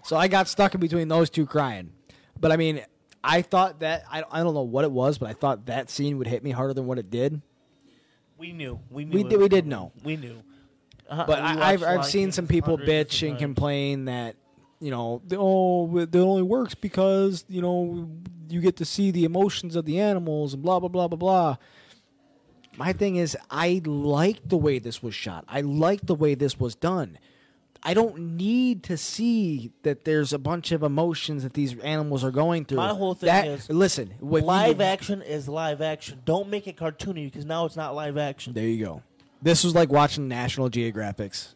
[SPEAKER 3] So I got stuck in between those two crying. But I mean, I thought that I, I don't know what it was, but I thought that scene would hit me harder than what it did.
[SPEAKER 1] we knew. We knew.
[SPEAKER 3] We
[SPEAKER 1] it
[SPEAKER 3] did, we
[SPEAKER 1] was
[SPEAKER 3] did
[SPEAKER 1] coming.
[SPEAKER 3] know.
[SPEAKER 1] We knew. Uh,
[SPEAKER 3] But
[SPEAKER 1] we
[SPEAKER 3] I,
[SPEAKER 1] watched
[SPEAKER 3] I've, I've
[SPEAKER 1] Lion
[SPEAKER 3] seen
[SPEAKER 1] King
[SPEAKER 3] some people
[SPEAKER 1] hundreds of
[SPEAKER 3] bitch and
[SPEAKER 1] times.
[SPEAKER 3] complain that you know the- oh it only works because you know you get to see the emotions of the animals and blah blah blah blah blah. My thing is, I like the way this was shot. I like the way this was done. I don't need to see that there's a bunch of emotions that these animals are going through.
[SPEAKER 1] My whole thing
[SPEAKER 3] That-
[SPEAKER 1] is
[SPEAKER 3] listen, when you-
[SPEAKER 1] Live action is live action. Don't make it cartoony because now it's not live action.
[SPEAKER 3] There you go. This was like watching National Geographics.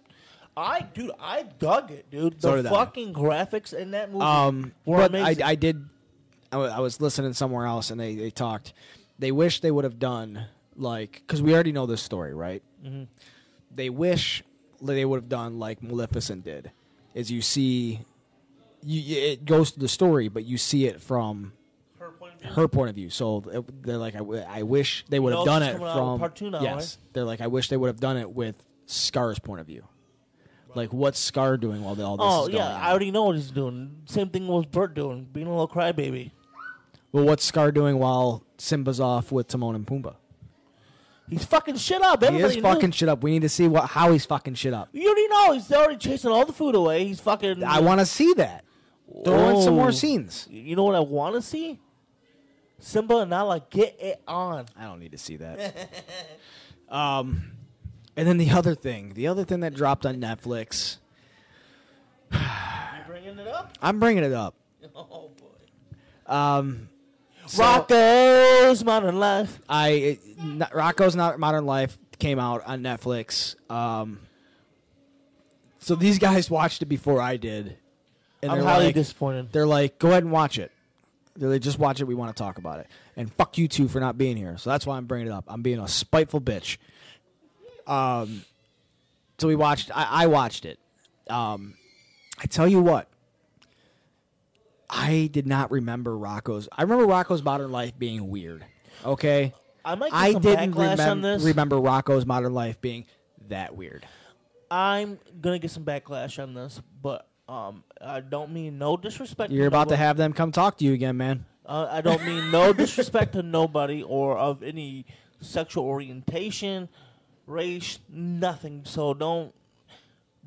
[SPEAKER 1] I, dude, I dug it, dude.
[SPEAKER 3] So
[SPEAKER 1] The
[SPEAKER 3] did I.
[SPEAKER 1] fucking graphics in that movie
[SPEAKER 3] Um,
[SPEAKER 1] were
[SPEAKER 3] but I,
[SPEAKER 1] amazing.
[SPEAKER 3] I did. I, wa- I was listening somewhere else, and they, they talked. They wish they would have done like because we already know this story, right? Mm-hmm. They wish they would have done like Maleficent did, is you see, you you- it goes through the story, but you see it from
[SPEAKER 1] Her point of view.
[SPEAKER 3] her point of view. So th- they're like, I, w- I wish they would have
[SPEAKER 1] Y'all
[SPEAKER 3] done
[SPEAKER 1] just
[SPEAKER 3] it
[SPEAKER 1] coming out with
[SPEAKER 3] from
[SPEAKER 1] part two now,
[SPEAKER 3] yes.
[SPEAKER 1] right?
[SPEAKER 3] They're like, I wish they would have done it with Scar's point of view. Like what's Scar doing while all this
[SPEAKER 1] Oh
[SPEAKER 3] is going
[SPEAKER 1] yeah,
[SPEAKER 3] on?
[SPEAKER 1] I already know what he's doing. Same thing was Bert doing, being a little crybaby.
[SPEAKER 3] Well, what's Scar doing while Simba's off with Timon and Pumbaa?
[SPEAKER 1] He's fucking shit up.
[SPEAKER 3] He
[SPEAKER 1] Everybody
[SPEAKER 3] is
[SPEAKER 1] knew.
[SPEAKER 3] fucking shit up. We need to see what how he's fucking shit up.
[SPEAKER 1] You already know he's already chasing all the food away. He's fucking.
[SPEAKER 3] I want to see that. Throw in some
[SPEAKER 1] Oh.
[SPEAKER 3] more scenes.
[SPEAKER 1] You know what I want to see? Simba and Nala get it on.
[SPEAKER 3] I don't need to see that. *laughs* um, and then the other thing, the other thing that dropped on Netflix,
[SPEAKER 1] You bringing it up?
[SPEAKER 3] I'm bringing it up.
[SPEAKER 1] Oh boy.
[SPEAKER 3] Um, So-
[SPEAKER 1] Rocco's Modern Life.
[SPEAKER 3] I it, not, Rocco's Not Modern Life came out on Netflix. Um, so these guys watched it before I did, and
[SPEAKER 1] I'm
[SPEAKER 3] they're
[SPEAKER 1] highly
[SPEAKER 3] like,
[SPEAKER 1] disappointed.
[SPEAKER 3] they're like, "Go ahead and watch it." They're like, "Just watch it. We want to talk about it." And fuck you two for not being here. So that's why I'm bringing it up. I'm being a spiteful bitch. Um, so we watched. I, I watched it. Um, I tell you what. I did not remember Rocco's. I remember Rocco's Modern Life being weird. Okay.
[SPEAKER 1] I might get
[SPEAKER 3] I
[SPEAKER 1] some
[SPEAKER 3] didn't
[SPEAKER 1] backlash
[SPEAKER 3] remem-
[SPEAKER 1] on this.
[SPEAKER 3] remember Rocco's Modern Life being that weird.
[SPEAKER 1] I'm gonna get some backlash on this, but um, I don't mean no disrespect.
[SPEAKER 3] You're about to
[SPEAKER 1] nobody.
[SPEAKER 3] have them come talk to you again, man.
[SPEAKER 1] Uh, I don't mean no disrespect to nobody or of any sexual orientation, race, nothing. So don't.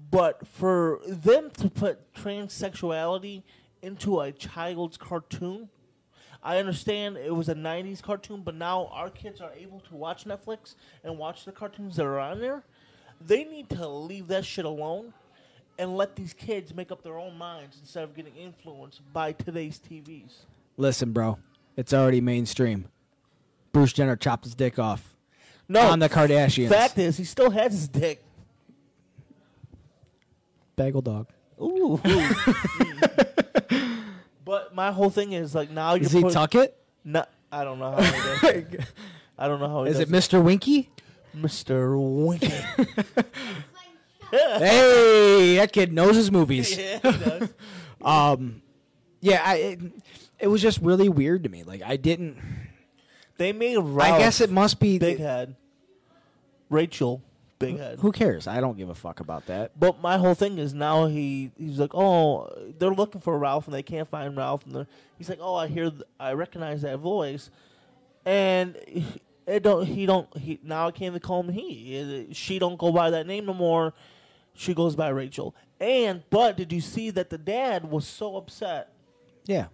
[SPEAKER 1] But for them to put transsexuality into a child's cartoon, I understand it was a 90s cartoon, but now our kids are able to watch Netflix and watch the cartoons that are on there. They need to leave that shit alone and let these kids make up their own minds instead of getting influenced by today's TVs.
[SPEAKER 3] Listen, bro, it's already mainstream. Bruce Jenner chopped his dick off
[SPEAKER 1] No,
[SPEAKER 3] on the Kardashians.
[SPEAKER 1] fact is, he still has his dick.
[SPEAKER 3] Bagel dog. *laughs*
[SPEAKER 1] Ooh. Mm. but my whole thing is like now you're
[SPEAKER 3] Does he
[SPEAKER 1] put-
[SPEAKER 3] tuck it?
[SPEAKER 1] No, I don't know how he does. it.
[SPEAKER 3] *laughs*
[SPEAKER 1] I don't know how he
[SPEAKER 3] Is
[SPEAKER 1] does
[SPEAKER 3] it Mr. Winky?
[SPEAKER 1] Mr.
[SPEAKER 3] *laughs*
[SPEAKER 1] Winky?
[SPEAKER 3] hey, that kid knows his movies.
[SPEAKER 1] *laughs* yeah, he does.
[SPEAKER 3] Um, yeah, I, it, it was just really weird to me. Like I didn't.
[SPEAKER 1] They made Ralph.
[SPEAKER 3] I guess it must be.
[SPEAKER 1] big head. Rachel, big head.
[SPEAKER 3] who cares? I don't give a fuck about that.
[SPEAKER 1] But my whole thing is now he he's like, oh, they're looking for Ralph and they can't find Ralph, and they're- he's like, oh, I hear, th- I recognize that voice, and it don't he don't he now I can't even call him he It- she don't go by that name no more, she goes by Rachel. And but did you see that the dad was so upset?
[SPEAKER 3] Yeah,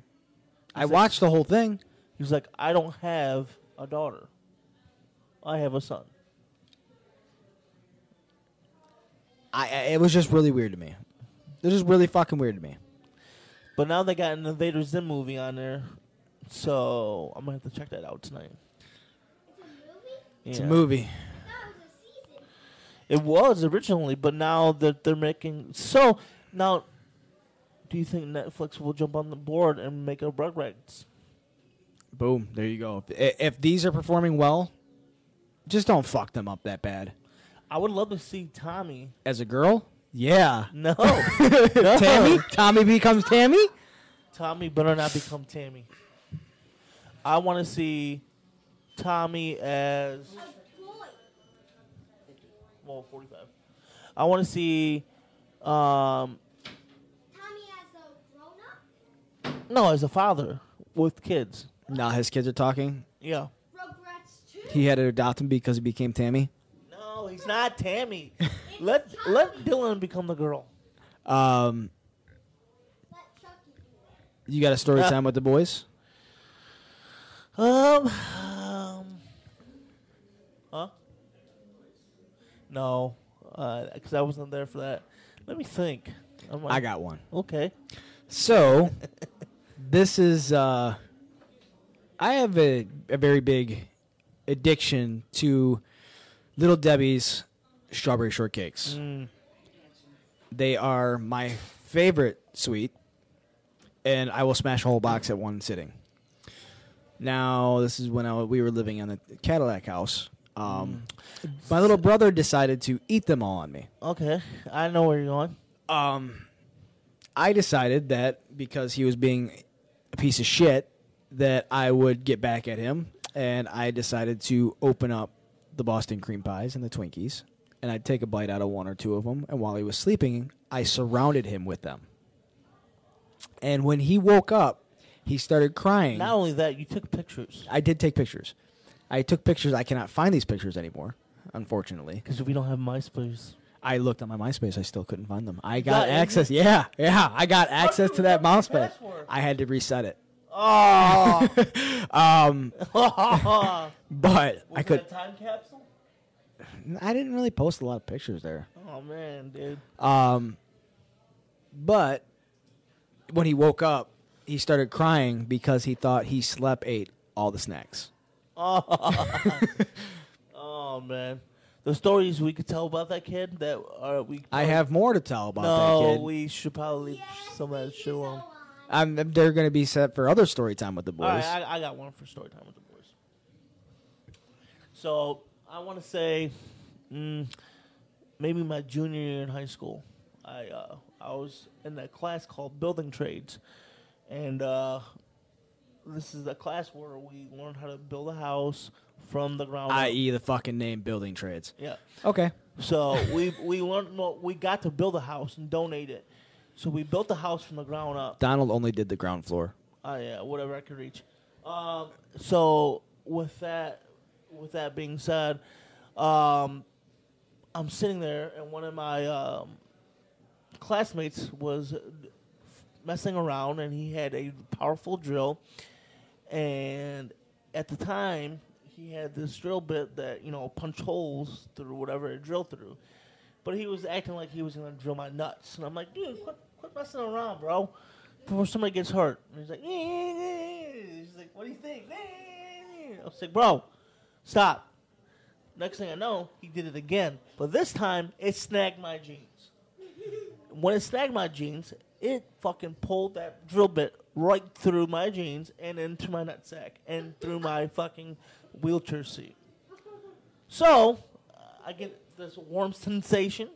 [SPEAKER 3] I watched the whole thing.
[SPEAKER 1] He was like, I don't have a daughter, I have a son.
[SPEAKER 3] I, I it was just really weird to me. It was really fucking weird to me.
[SPEAKER 1] But now they got an Invader Zim movie on there, so I'm gonna have to check that out tonight.
[SPEAKER 3] It's
[SPEAKER 1] Yeah.
[SPEAKER 3] a movie.
[SPEAKER 1] It was originally, but now that they're making so now, do you think Netflix will jump on the board and make a Rugrats?
[SPEAKER 3] Boom. There you go. If, if these are performing well, just don't fuck them up that bad.
[SPEAKER 1] I would love to see Tommy.
[SPEAKER 3] As a girl, yeah.
[SPEAKER 1] *laughs* No,
[SPEAKER 3] Tammy, Tommy becomes Tammy.
[SPEAKER 1] Tommy better not become Tammy. I want to see Tommy as well, forty-five. I want to see, um, no, as a father with kids.
[SPEAKER 3] Now his kids are talking.
[SPEAKER 1] Yeah.
[SPEAKER 3] He had to adopt him because he became Tammy.
[SPEAKER 1] No, he's not *laughs* Tammy. let let Dylan become the girl.
[SPEAKER 3] Um, you got a story
[SPEAKER 1] Uh,
[SPEAKER 3] time with the boys?
[SPEAKER 1] Um, um, huh? No, because I wasn't there for that. Let me think. I'm like,
[SPEAKER 3] I got one.
[SPEAKER 1] okay.
[SPEAKER 3] So, this is. Uh, I have a, a very big addiction to Little Debbie's strawberry shortcakes.
[SPEAKER 1] Mm.
[SPEAKER 3] They are my favorite sweet, and I will smash a whole box at one sitting. Now, this is when I, we were living in the Cadillac house. Um, My little brother decided to eat them all on me.
[SPEAKER 1] Okay, I know where you're going.
[SPEAKER 3] Um, I decided that because he was being a piece of shit, that I would get back at him, and I decided to open up the Boston cream pies and the Twinkies, and I'd take a bite out of one or two of them. And while he was sleeping, I surrounded him with them. And when he woke up, he started crying.
[SPEAKER 1] Not only that, you took pictures
[SPEAKER 3] I did take pictures. I took pictures. I cannot find these pictures anymore, unfortunately.
[SPEAKER 1] because we don't have MySpace.
[SPEAKER 3] I looked on my MySpace. I still couldn't find them. I got
[SPEAKER 1] got it.
[SPEAKER 3] access. Yeah, yeah. I got access
[SPEAKER 1] you
[SPEAKER 3] to that
[SPEAKER 1] remember your
[SPEAKER 3] MySpace.
[SPEAKER 1] password?
[SPEAKER 3] I had to reset it.
[SPEAKER 1] *laughs* Oh,
[SPEAKER 3] *laughs* Um,
[SPEAKER 1] was *laughs*
[SPEAKER 3] but Ah! I could.
[SPEAKER 1] that a time capsule.
[SPEAKER 3] I didn't really post a lot of pictures there.
[SPEAKER 1] Oh man, dude. *laughs*
[SPEAKER 3] Um, but when he woke up, he started crying because he thought he slept ate all the snacks.
[SPEAKER 1] Oh, oh man, the stories we could tell about that kid that uh, we.
[SPEAKER 3] *laughs* I have more to tell about
[SPEAKER 1] no,
[SPEAKER 3] that kid.
[SPEAKER 1] we should probably leave some of that
[SPEAKER 3] *laughs*
[SPEAKER 1] shit alone.
[SPEAKER 3] I'm, they're going to be set for other story time with the boys.
[SPEAKER 1] All right, I, I got one for story time with the boys. So I want to say, mm, maybe my junior year in high school, I uh, I was in that class called building trades, and uh, this is a class where we learn how to build a house from the ground up.
[SPEAKER 3] I.e., e the fucking name building trades.
[SPEAKER 1] yeah.
[SPEAKER 3] Okay.
[SPEAKER 1] So we we learned well, we got to build a house and donate it. So we built the house from the ground up.
[SPEAKER 3] Donald only did the ground floor.
[SPEAKER 1] Uh, yeah, whatever I could reach. Um, so with that, with that being said, um, I'm sitting there, and one of my um, classmates was messing around, and he had a powerful drill. And at the time, he had this drill bit that you know punch holes through whatever it drilled through. But he was acting like he was gonna drill my nuts, and I'm like, dude, quit, quit messing around, bro, before somebody gets hurt. And he's like, he's like, what do you think? I was like, bro, stop. Next thing I know, he did it again, but this time it snagged my jeans. When it snagged my jeans, it fucking pulled that drill bit right through my jeans and into my nutsack and through my fucking wheelchair seat. So uh, I get this warm sensation,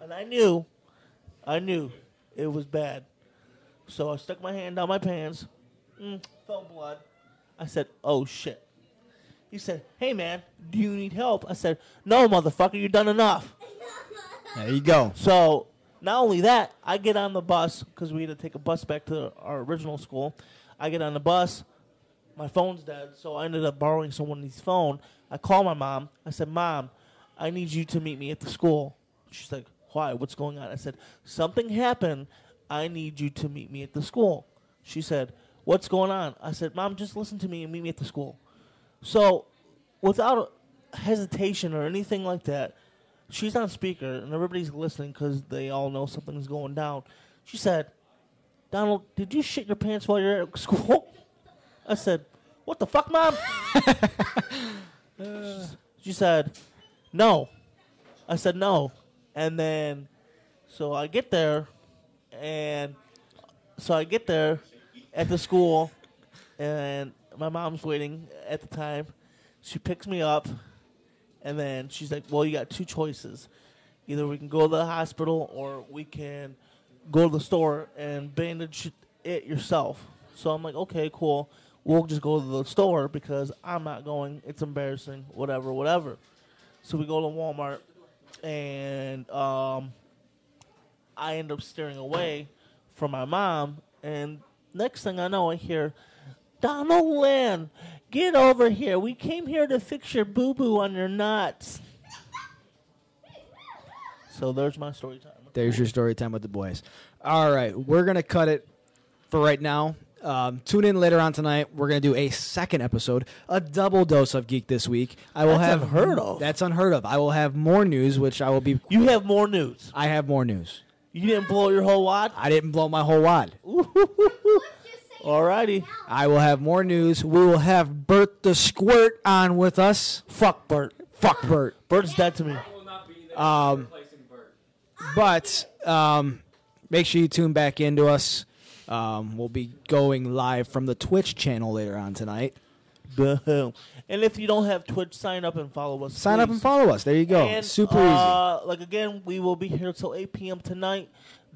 [SPEAKER 1] and I knew, I knew it was bad. So I stuck my hand down my pants, mm, felt blood. I said, "Oh shit." He said, "Hey man, do you need help?" I said, "No, motherfucker, you've done enough."
[SPEAKER 3] There you go.
[SPEAKER 1] So not only that, I get on the bus because we had to take a bus back to our original school. I get on the bus. My phone's dead, so I ended up borrowing someone's phone. I call my mom. I said, "Mom, I need you to meet me at the school." She's like, "Why? What's going on?" I said, "Something happened. I need you to meet me at the school." She said, "What's going on?" I said, "Mom, just listen to me and meet me at the school." So, without hesitation or anything like that, she's on speaker and everybody's listening because they all know something's going down. She said, Donald, did you shit your pants while you're at school? *laughs* I said, What the fuck, mom? *laughs* she said, No. I said, No. And then, so I get there, and so I get there at the school, and my mom's waiting at the time. She picks me up. And then she's like, "Well, you got two choices. Either we can go to the hospital, or we can go to the store and bandage it yourself." So I'm like, "Okay, cool. We'll just go to the store because I'm not going. It's embarrassing. Whatever, whatever." So we go to Walmart, and um, I end up steering away from my mom. And next thing I know, I hear, Donald Lynn, get over here. We came here to fix your boo boo on your nuts. so there's my story time.
[SPEAKER 3] There's your story time with the boys. All right, we're gonna cut it for right now. Um, tune in later on tonight. We're gonna do a second episode, a double dose of geek this week. I will
[SPEAKER 1] That's
[SPEAKER 3] have
[SPEAKER 1] unheard of.
[SPEAKER 3] That's unheard of. I will have more news, which I will be.
[SPEAKER 1] You have more news.
[SPEAKER 3] I have more news.
[SPEAKER 1] You didn't blow your whole wad?
[SPEAKER 3] I didn't blow my whole wad.
[SPEAKER 1] Oh, Alrighty.
[SPEAKER 3] I will have more news. We will have Bert the Squirt on with us. Fuck Bert. Fuck Bert.
[SPEAKER 1] Bird's dead to me.
[SPEAKER 5] I will not be there replacing Bert.
[SPEAKER 3] But um, make sure you tune back into us. Um, we'll be going live from the Twitch channel later on tonight.
[SPEAKER 1] Boo. And if you don't have Twitch, sign up and follow us.
[SPEAKER 3] Sign up
[SPEAKER 1] please.
[SPEAKER 3] and follow us. There you go.
[SPEAKER 1] And,
[SPEAKER 3] Super
[SPEAKER 1] uh, Like again, we will be here till 8 p.m. tonight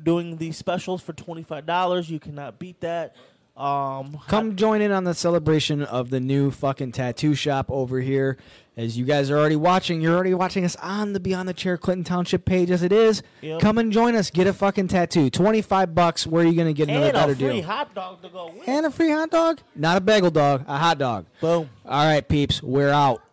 [SPEAKER 1] doing the specials for $25. You cannot beat that. Um,
[SPEAKER 3] easy. Come join in on the celebration of the new fucking tattoo shop over here. As you guys are already watching, you're already watching us on the Beyond the Chair Clinton Township page as it is.
[SPEAKER 1] Yep.
[SPEAKER 3] Come and join us. Get a fucking tattoo. 25 bucks. Where are you going to get another
[SPEAKER 1] and
[SPEAKER 3] better
[SPEAKER 1] a free
[SPEAKER 3] deal?
[SPEAKER 1] hot dog to go with.
[SPEAKER 3] and a free hot dog? Not a bagel dog, a hot dog.
[SPEAKER 1] Boom.
[SPEAKER 3] All right, peeps, we're out.